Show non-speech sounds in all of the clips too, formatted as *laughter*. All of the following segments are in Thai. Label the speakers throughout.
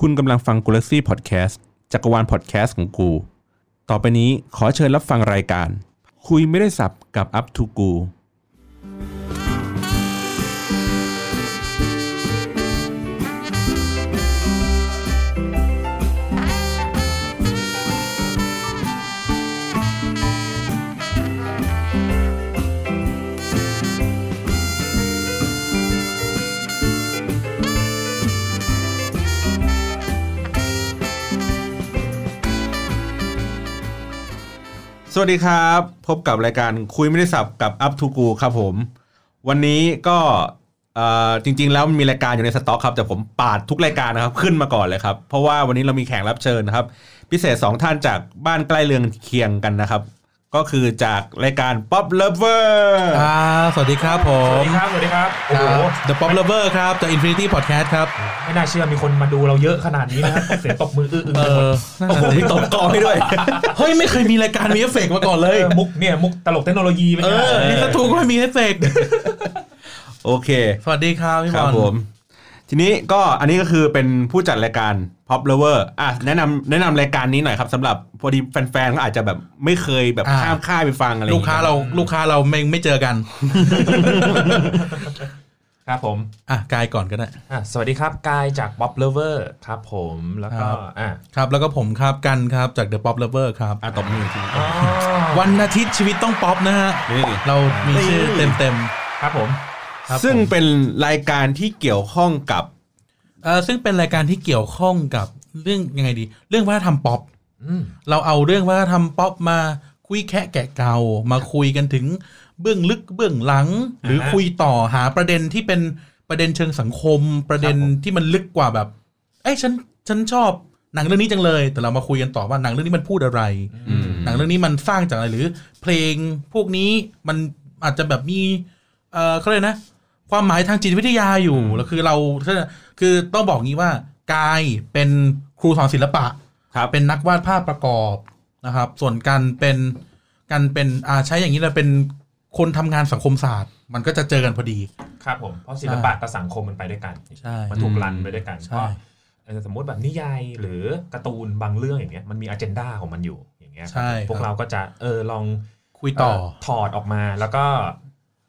Speaker 1: คุณกำลังฟัง g ู l ล็กซี่พอดแคสต์จักรวาลพอดแคสต์ของกู ต่อไปนี้ขอเชิญรับฟังรายการ คุยไม่ได้สับกับ Up to กู สวัสดีครับ พบกับรายการคุยไม่ได้สับกับ Up to กูครับผม วันนี้ก็เอ่อจริง ๆ แล้วมันมีรายการอยู่ในสต็อกครับ แต่ผมปาดทุกรายการนะครับขึ้นมาก่อนเลยครับ เพราะว่าวันนี้เรามีแขกรับเชิญนะครับ พิเศษ 2 ท่านจากบ้านใกล้เรือนเคียงกันนะครับ ก็คือจากรายการ Pop Lover
Speaker 2: อ่าสวัสดีครับผ
Speaker 3: สวั
Speaker 2: ม
Speaker 3: สดีครับ สวัสดีครับ โอ้
Speaker 2: ค
Speaker 3: โห
Speaker 2: รับ The Pop Lover ครับ The Infinity Podcast ครับ
Speaker 3: ไม่น่าเชื่อมีคนมาดูเราเยอะขนาดนี้
Speaker 2: *laughs*
Speaker 3: นะครับตบเสียงตบมืออื้ออึง
Speaker 2: เออนั่นน่ะสิ
Speaker 1: มีตบกองให้ด้วย
Speaker 2: เฮ้ย ไม่เคยมีรายการมีเอฟเฟกต์มาก่อนเล
Speaker 3: เอย อมุกเนี่ย มุกตลกเทคโนโลยีเป็น
Speaker 2: เอ
Speaker 3: ไง
Speaker 2: อนี่ถ้าถูกก็ไม่มีเอฟเฟกต์
Speaker 1: โอเค
Speaker 2: สวัสดีครับพี่
Speaker 1: ค
Speaker 2: บ
Speaker 1: รับ
Speaker 2: อล
Speaker 1: ผม ทีนี้ก็อันนี้ก็คือเป็นผู้จัดรายการ Pop Lover อ่ะแนะนำแนะนำรายการนี้หน่อยครับสำหรับพอดีแฟนๆก็อาจจะแบบไม่เคยแบบ
Speaker 2: อ่า
Speaker 1: ข้ามค่ายไปฟังอะไรอย่
Speaker 2: ลู
Speaker 1: ง
Speaker 2: ก
Speaker 1: งี้ย
Speaker 2: ค้าเราลูกค้าเราไม่ไม่เจอกัน
Speaker 3: ครับผม
Speaker 2: อ่ะกายก่อนก็ได้
Speaker 3: อ่ะสวัสดีครับ กายจาก Bob Lover ครับผมแล้ว
Speaker 2: ค
Speaker 3: ก็
Speaker 2: รับ
Speaker 3: อ่ะ
Speaker 2: ครับ แล้วก็ผมครับกันครับจาก The Pop Lover ครับ
Speaker 1: อ่ะตบมืออีกที
Speaker 3: อ๋อ
Speaker 2: วันอาทิตย์ชีวิตต้องป๊อปนะฮะ
Speaker 1: นี่
Speaker 2: เรามีชื่อเต็มเต็ม
Speaker 3: ครับผม
Speaker 2: ๆครับ
Speaker 1: ซึ่ง
Speaker 2: ผม
Speaker 1: เป็นรายการที่เกี่ยวข้องกับ
Speaker 2: เออซึ่งเป็นรายการที่เกี่ยวข้องกับเรื่องยังไงดี เรื่องวัฒนธรรมป๊อป
Speaker 3: อืม
Speaker 2: เราเอาเรื่องวัฒนธรรมป๊อปมาคุยแคะแกะเกามาคุยกันถึงเบื้องลึกเบื้องหลัง หรือคุยต่อหาประเด็นที่เป็นประเด็นเชิงสังคม ประเด็นที่มันลึกกว่าแบบ เอ้ยฉันฉันชอบหนังเรื่องนี้จังเลย แต่เรามาคุยกันต่อว่าหนังเรื่องนี้มันพูดอะไร
Speaker 1: อืม
Speaker 2: หนังเรื่องนี้มันสร้างจากอะไรหรือเพลงพวกนี้มันอาจจะแบบมีเออเขาเรียกนะ ความหมายทางจิตวิทยาอยู่แล้วคือเราคือต้องบอกงี้ว่ากายเป็นครูสอนศิลปะ
Speaker 1: ครับ
Speaker 2: เป็นนักวาดภาพประกอบนะครับ ส่วนกันเป็นกันเป็นอ่าใช้อย่างนี้เราเป็นคนทำงานสังคมศาสตร์ มันก็จะเจอกันพอดี
Speaker 3: ครับผม เพราะศิลปะกับสังคมมันไปด้วยกัน
Speaker 2: ใช่
Speaker 3: มันถูกรันไปด้วยกัน
Speaker 2: ใช่
Speaker 3: ก็เออสมมติแบบนิยายหรือการ์ตูนบางเรื่องอย่างเงี้ยมันมีอเจนดาของมันอยู่อย่างเงี้ยครับ
Speaker 2: ใช่
Speaker 3: พวก
Speaker 2: คบ
Speaker 3: เราก็จะเออลอง
Speaker 2: คุยต่อ
Speaker 3: เถอดออกมาแล้วก็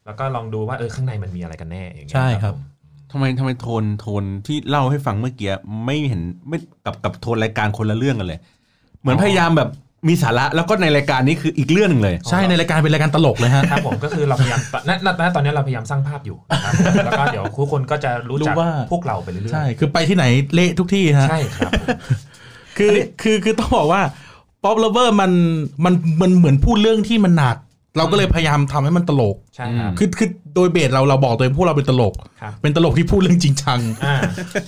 Speaker 3: แล้วก็ลองดูว่าเออข้างในมันมีอะไรกันแน่อย่างเงี้ย
Speaker 2: ใช่ครับ
Speaker 3: ผม
Speaker 1: ทำไมทำไมโทนโทนที่เล่าให้ฟังเมื่อกี้ไม่เห็นไม่กับกับโทนรายการคนละเรื่องกันเลย เหมือนพยายามแบบมีสาระแล้วก็ในรายการนี้คืออีกเรื่องหนึ่งเลย
Speaker 2: ใช่ในรายการเป็นรายการตลกเลยฮะ
Speaker 3: ครับผมก็คือเราพยายาม *laughs* ณณณตอนนี้เราพยายามสร้างภาพอยู่นะครับ *laughs* แล้วก็เดี๋ยวทุกคนก็จะรู้จัก
Speaker 2: รู้ว่า
Speaker 3: พวกเราไปเรื่อยๆ
Speaker 2: ใช่คือไปที่ไหนเละทุกที่ฮะ
Speaker 3: ใช่ครับ
Speaker 2: คือคือคือต้องบอกว่าป๊อปเลเวอร์มันมันมันเหมือนพูดเรื่องที่มันหนัก เราก็เลยพยายามทำให้มันตลก
Speaker 3: ใช่ครับ
Speaker 2: คือคือโดยเบสเราเราบอกตัวเองพวกเราเป็นตลก
Speaker 3: ครับ
Speaker 2: เป็นตลกที่พูดเรื่องจริง *laughs* จัง
Speaker 3: อ่า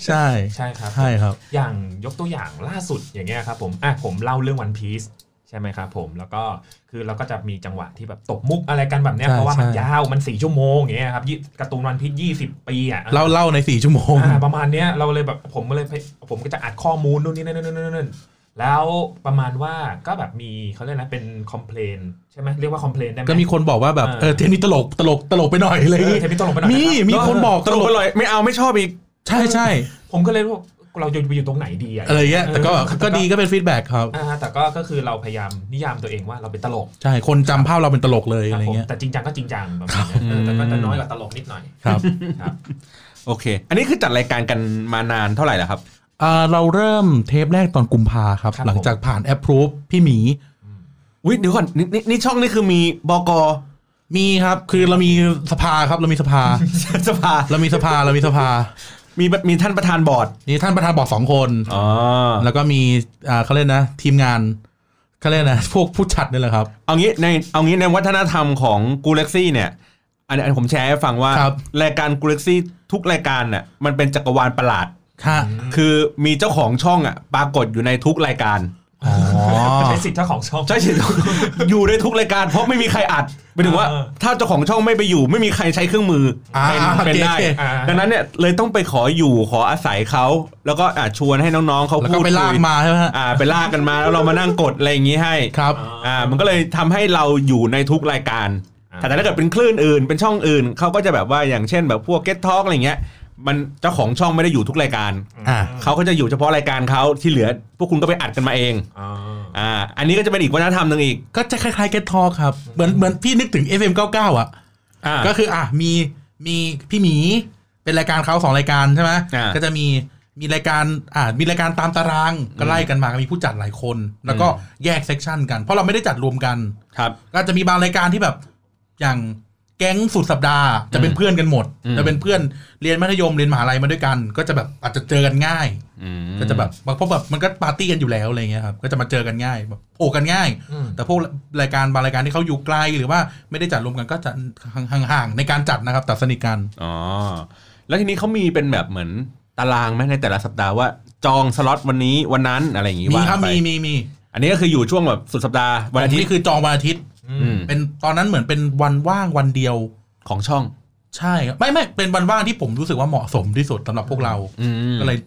Speaker 2: ใช่
Speaker 3: ใช่ครับ
Speaker 2: ใช่ครับ
Speaker 3: อย่างยกตัวอย่างล่าสุดอย่างเงี้ยครับผมอ่ะผมเล่าเรื่องวันพี e ใช่ไหมครับผมแล้วก็คือเราก็จะมีจังหวะที่แบบตกมุกอะไรกันแบบเนี้ย
Speaker 2: ใช่
Speaker 3: เพราะว่ามัน
Speaker 2: ใช่
Speaker 3: ยาวมันสี่ชั่วโมงอย่างเงี้ยครับยี่การ์ตูนวันพีซยี่สิบปีอ่ะ
Speaker 2: เล่าเล่าในสี่ชั่วโมง
Speaker 3: อ่าประมาณเนี้ยเราเลยแบบผมก็เลยไปผมก็จะอัดข้อมูลนู่นนี่นั่นนั่นนั่นนั่นแล้วประมาณว่าก็แบบมีเขาเรียกนะเป็นคอมเพลนใช่ไหมเรียกว่าคอมเพลนได้ไหม
Speaker 2: ก็มีคนบอกว่าแบบ
Speaker 3: อ่า
Speaker 2: เออเทปนี้ตลกตลกตลกไปหน่อยอะไรอย่าง
Speaker 3: เออ
Speaker 2: งี้
Speaker 3: เทปนี้ตลกไปหน่อย
Speaker 2: มี
Speaker 3: นะครับ
Speaker 2: มีคนบอก
Speaker 1: ตลกอร่อยไม่เอาไม่ชอบอีก
Speaker 2: ใช่ใช่
Speaker 3: ผมก็เลยว่าเราจะไปอยู่ตรงไหนดีอะ
Speaker 2: อะไรเงี้ยแต่ก็ก็ดีก็เป็นฟีดแบ็กครับ
Speaker 3: อ่าแต่ก็ก็คือเราพยายามนิยามตัวเองว่าเราเป็นตลก
Speaker 2: ใช่คนจำภาพเราเป็นตลกเลย
Speaker 3: ค
Speaker 2: อะ
Speaker 3: รับ
Speaker 2: ไร
Speaker 3: ผม
Speaker 2: เงี้ย
Speaker 3: แต่จริงจังก็จริงจังประมาณเนี้ยเออแต่ก็จะน้อยกว่าตลกนิดหน่อย
Speaker 2: ครับ
Speaker 3: ครับ
Speaker 1: โอเค อันนี้คือจัดรายการกันมานานเท่าไหร่แล้วครับ
Speaker 2: อ่าเราเริ่มเทปแรกตอนกุมภาครับ
Speaker 3: ครับ
Speaker 2: หลังจากผ่านแอปพรูฟพี่หมี
Speaker 1: อุ้ยเดี๋ยวก่อนนนี่นี่ช่องนี่คือมีบก *laughs*
Speaker 2: มีครับคือเรามีสภาครับเรามีสภา
Speaker 1: สภา
Speaker 2: เรามีสภาเรามีสภา
Speaker 1: มีมีท่านประธานบอร์ด
Speaker 2: นี่ท่านประธานบอกสองคน
Speaker 1: อ๋อ
Speaker 2: แล้วก็มีอ่าเขาเรียกนะ ทีมงานเขาเรียกนะพวกผู้จัดนี่แหละครับ
Speaker 1: เอางี้ในเอางี้ในวัฒนธรรมของกูเล็กซี่เนี่ย อันอันผมแชร์ให้ฟังว่า
Speaker 2: ครับ
Speaker 1: รายการกูเล็กซี่ทุกรายการน่ะมันเป็นจักรวาลประหลาด
Speaker 2: ค่ะ
Speaker 1: คือมีเจ้าของช่องอ่ะปรากฏอยู่ในทุกรายการ
Speaker 2: อ๋อ
Speaker 3: ใช้สิทธิ์เจ้าของช่อง
Speaker 1: ใช่สิ อยู่ในทุกรายการเพราะไม่มีใครอัดหมายถึงว่า
Speaker 3: เออ
Speaker 1: ถ้าเจ้าของช่องไม่ไปอยู่ ไม่มีใครใช้เครื่องมืออาเป็นเป็น
Speaker 2: โอเค
Speaker 1: ได้
Speaker 2: โอเค
Speaker 3: อ่า
Speaker 1: ดังนั้นเนี่ยเลยต้องไปขออยู่ขออาศัยเขาแล้วก็อ่ะชวนให้น้องๆเขา
Speaker 2: แล้ว
Speaker 1: พูด
Speaker 2: ก็ไปลาก
Speaker 1: คุย
Speaker 2: มาใช่ไหมฮะ
Speaker 1: อ่าไปลากกันมาแล้วเรามานั่งกดอะไรอย่างงี้ให้
Speaker 2: ครับ
Speaker 1: อ่ามันก็เลยทำให้เราอยู่ในทุกรายการ
Speaker 3: อ่า
Speaker 1: แต่ถ้าเกิดเป็นคลื่นอื่น เป็นช่องอื่นเขาก็จะแบบว่าอย่างเช่นแบบพวก Get Talk อะไรเงี้ย มันเจ้าของช่องไม่ได้อยู่ทุกรายการ
Speaker 2: อ่า
Speaker 1: เขาก็จะอยู่เฉพาะรายการเขาที่เหลือ พวกคุณก็ไปอัดกันมาเอง
Speaker 3: อ่า
Speaker 1: อ่า อันนี้ก็จะเป็นอีกวัฒนธรรมหนึ่งอีก
Speaker 2: ก็จะคล้ายๆ Get Talk ครับ เหมือนเหมือนพี่นึกถึง FM 99 อ่ะ
Speaker 1: อ่า
Speaker 2: ก็คืออ่ะมีมีพี่หมีเป็นรายการเขาสองรายการใช่ไหม
Speaker 1: อ่า
Speaker 2: ก็จะมีมีรายการอ่ามีรายการตามตารางก็ไล่กันมาก็มีผู้จัดหลายคน แล้วก็
Speaker 1: อื
Speaker 2: แยกเซกชันกัน เพราะเราไม่ได้จัดรวมกัน
Speaker 1: ครับ
Speaker 2: ก็จะมีบางรายการที่แบบอย่างแก๊งสุดสัปดาห์จะเป็นเพื่อนกันหมด
Speaker 1: อืม
Speaker 2: จะเป็นเพื่อนเรียนมัธยมเรียนมหาลัยมาด้วยกัน ก็จะแบบอาจจะเจอกันง่าย
Speaker 1: อืม
Speaker 2: ก็จะแบบเพราะแบบมันก็ปาร์ตี้กันอยู่แล้วอะไรเงี้ยครับก็จะมาเจอกันง่ายแบบโผล่กันง่าย
Speaker 3: อืม
Speaker 2: แต่พวกรายการบางรายการที่เขาอยู่ไกลหรือว่าไม่ได้จัดรวมกันก็จะห่างๆในการจัดนะครับแต่สนิทกัน
Speaker 1: อ๋อ แล้วทีนี้เขามีเป็นแบบเหมือนตารางไหมในแต่ละสัปดาห์ว่าจองสล็อตวันนี้วันนั้นอะไรอย่างงี้
Speaker 2: มี
Speaker 1: ว่า
Speaker 2: ครับ
Speaker 1: ไป
Speaker 2: มีมีมี
Speaker 1: อันนี้ก็คืออยู่ช่วงแบบสุดสัปดาห์วันอาทิต
Speaker 2: นี่
Speaker 1: ย์
Speaker 2: คือจองวันอาทิตย์
Speaker 1: อืม
Speaker 2: เป็นตอนนั้นเหมือนเป็นวันว่างวันเดียว
Speaker 1: ของช่อง
Speaker 2: ใช่ครับไม่ไม่เป็นวันว่างที่ผมรู้สึกว่าเหมาะสมที่สุดสำหรับพวกเรา
Speaker 1: อืม
Speaker 2: ก็เลย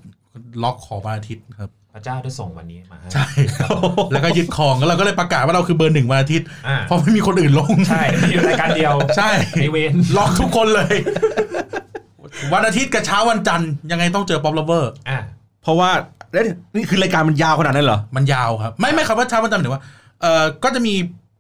Speaker 2: ล็อกขอวันอาทิตย์ครับ
Speaker 3: พระเจ้าได้ส่งวันนี้มาให้
Speaker 2: ใช่ *laughs* แล้วก็ยึดครองแล้วเราก็เลยประกาศว่าเราคือเบอร์หนึ่งวันอาทิตย์
Speaker 3: อ่า
Speaker 2: เพราะไม่มีคนอื่นลง
Speaker 3: ใช่มีอยู่รายการเดียว
Speaker 2: ใช่
Speaker 3: ไอเวน
Speaker 2: ล็อกทุกคนเลย วันอาทิตย์กับเช้าวันจันทร์ยังไงต้องเจอป๊อปลเวอร์
Speaker 3: อ่า
Speaker 1: เพราะว่าเอ๊ะนี่คือรายการมันยาวขนาดนั้นเหรอ
Speaker 2: มันยาวครับ ไม่ไม่ครับว่าเช้าวันจันทร์หมายถึงว่าเออก็จะมี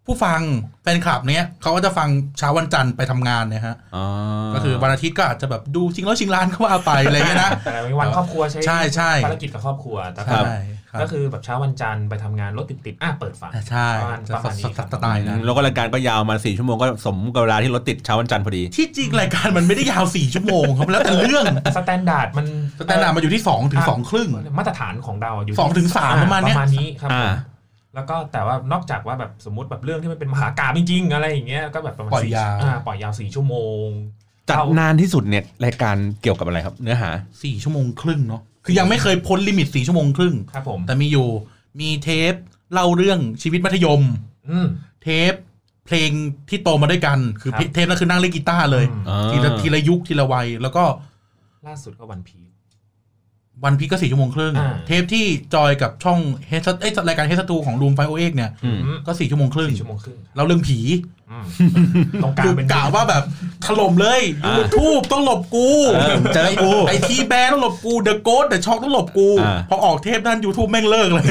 Speaker 2: ผู้ฟังแฟนคลับเนี้ยเขาก็จะฟังเช้าวันจันทร์ไปทำงานเนยฮะ
Speaker 1: อ๋อ
Speaker 2: ก็คือวันอาทิตย์ก็อาจจะแบบดูชิงร้อยชิงล้านก็ว่าไปอะไรเงี้ยนะ
Speaker 3: แต่ละวันครอบครัวใช้
Speaker 2: ใช่ใช่
Speaker 3: ภารกิจกับครอบครัวแต่ก็
Speaker 2: ใช่ครับ
Speaker 3: ก็คือแบบเช้าวันจันทร์ไปทำงานรถติดๆอ่ะเปิดฝา
Speaker 2: ใช่
Speaker 3: ประมาณ
Speaker 2: จะ
Speaker 3: ประมาณนี้ครับ
Speaker 2: สไตล์นั้น
Speaker 1: แล้วก็รายการก็ยาวมาสี่ชั่วโมงก็สมกับเวลาที่รถติดเช้าวันจันทร์พอดี
Speaker 2: ที่จริงรายการมันไม่ได้ยาวสี่ชั่วโมงครับแล้วแต่เรื่อง
Speaker 3: สแตนดาร์ดมัน
Speaker 2: สแตนดาร์ดมันอยู่ที่สองถึงสองครึ่ง
Speaker 3: มาตรฐานของเราอยู่
Speaker 2: สองถึงสาม
Speaker 3: อ่
Speaker 2: ประมาณเนี้ย
Speaker 3: ประมาณนี้ครับ
Speaker 1: อ่า
Speaker 3: แล้วก็แต่ว่านอกจากว่าแบบสมมติแบบเรื่องที่มันเป็นมหากาพย์จริงๆอะไรอย่างเงี้ยก็แบบประมาณ
Speaker 2: ปล่อย
Speaker 3: สี่
Speaker 2: ยาว
Speaker 3: อ่ปล่อยยาวสี่ชั่วโมง
Speaker 1: จัด
Speaker 3: เข้า
Speaker 1: นานที่สุดเนี่ยรายการเกี่ยวกับอะไรครับ เนื้อหา
Speaker 2: สี่ชั่วโมงครึ่งเนาะคือยังไม่เคยพ้นลิมิตสี่ชั่วโมงครึ่ง
Speaker 3: ครับผม
Speaker 2: แต่มีอยู่มีเทปเล่าเรื่องชีวิตมัธยม
Speaker 3: อืม
Speaker 2: เทปเพลงที่โตมาด้วยกัน คือ
Speaker 3: ครับ
Speaker 2: เทปนั้นคือนั่งเล่นกีตาร์เลย
Speaker 3: อืม
Speaker 1: อ่า
Speaker 2: ทีละทีละยุคทีละวัย แล้วก็
Speaker 3: ล่าสุดก็วันพี
Speaker 2: วันพีก็สี่ชั่วโมงครึ่ง
Speaker 3: อ่า
Speaker 2: เทปที่จอยกับช่องเฮสเอ้ยรายการเฮสตูของรูมไฟโอเอ็กเนี่ย
Speaker 1: อืม
Speaker 2: ก็สี่ชั่วโมงครึ่ง
Speaker 3: สี่ชั่วโมงครึ่งครับ
Speaker 2: เราเรื่องผี
Speaker 3: อืมตรงกลา
Speaker 2: คื
Speaker 3: ง
Speaker 2: อ
Speaker 3: เป็น
Speaker 2: กล่าวว่าแบบถล่มเลย
Speaker 1: อ่า
Speaker 2: ยูทูบต้องหลบกู
Speaker 1: เออเจอกู
Speaker 2: ไอทีแบนต้องหลบกูเดอะโกสเดอะช็อกต้องหลบกู
Speaker 1: อ่า
Speaker 2: พอออกเทปนั้น YouTube แม่งเลิกเลย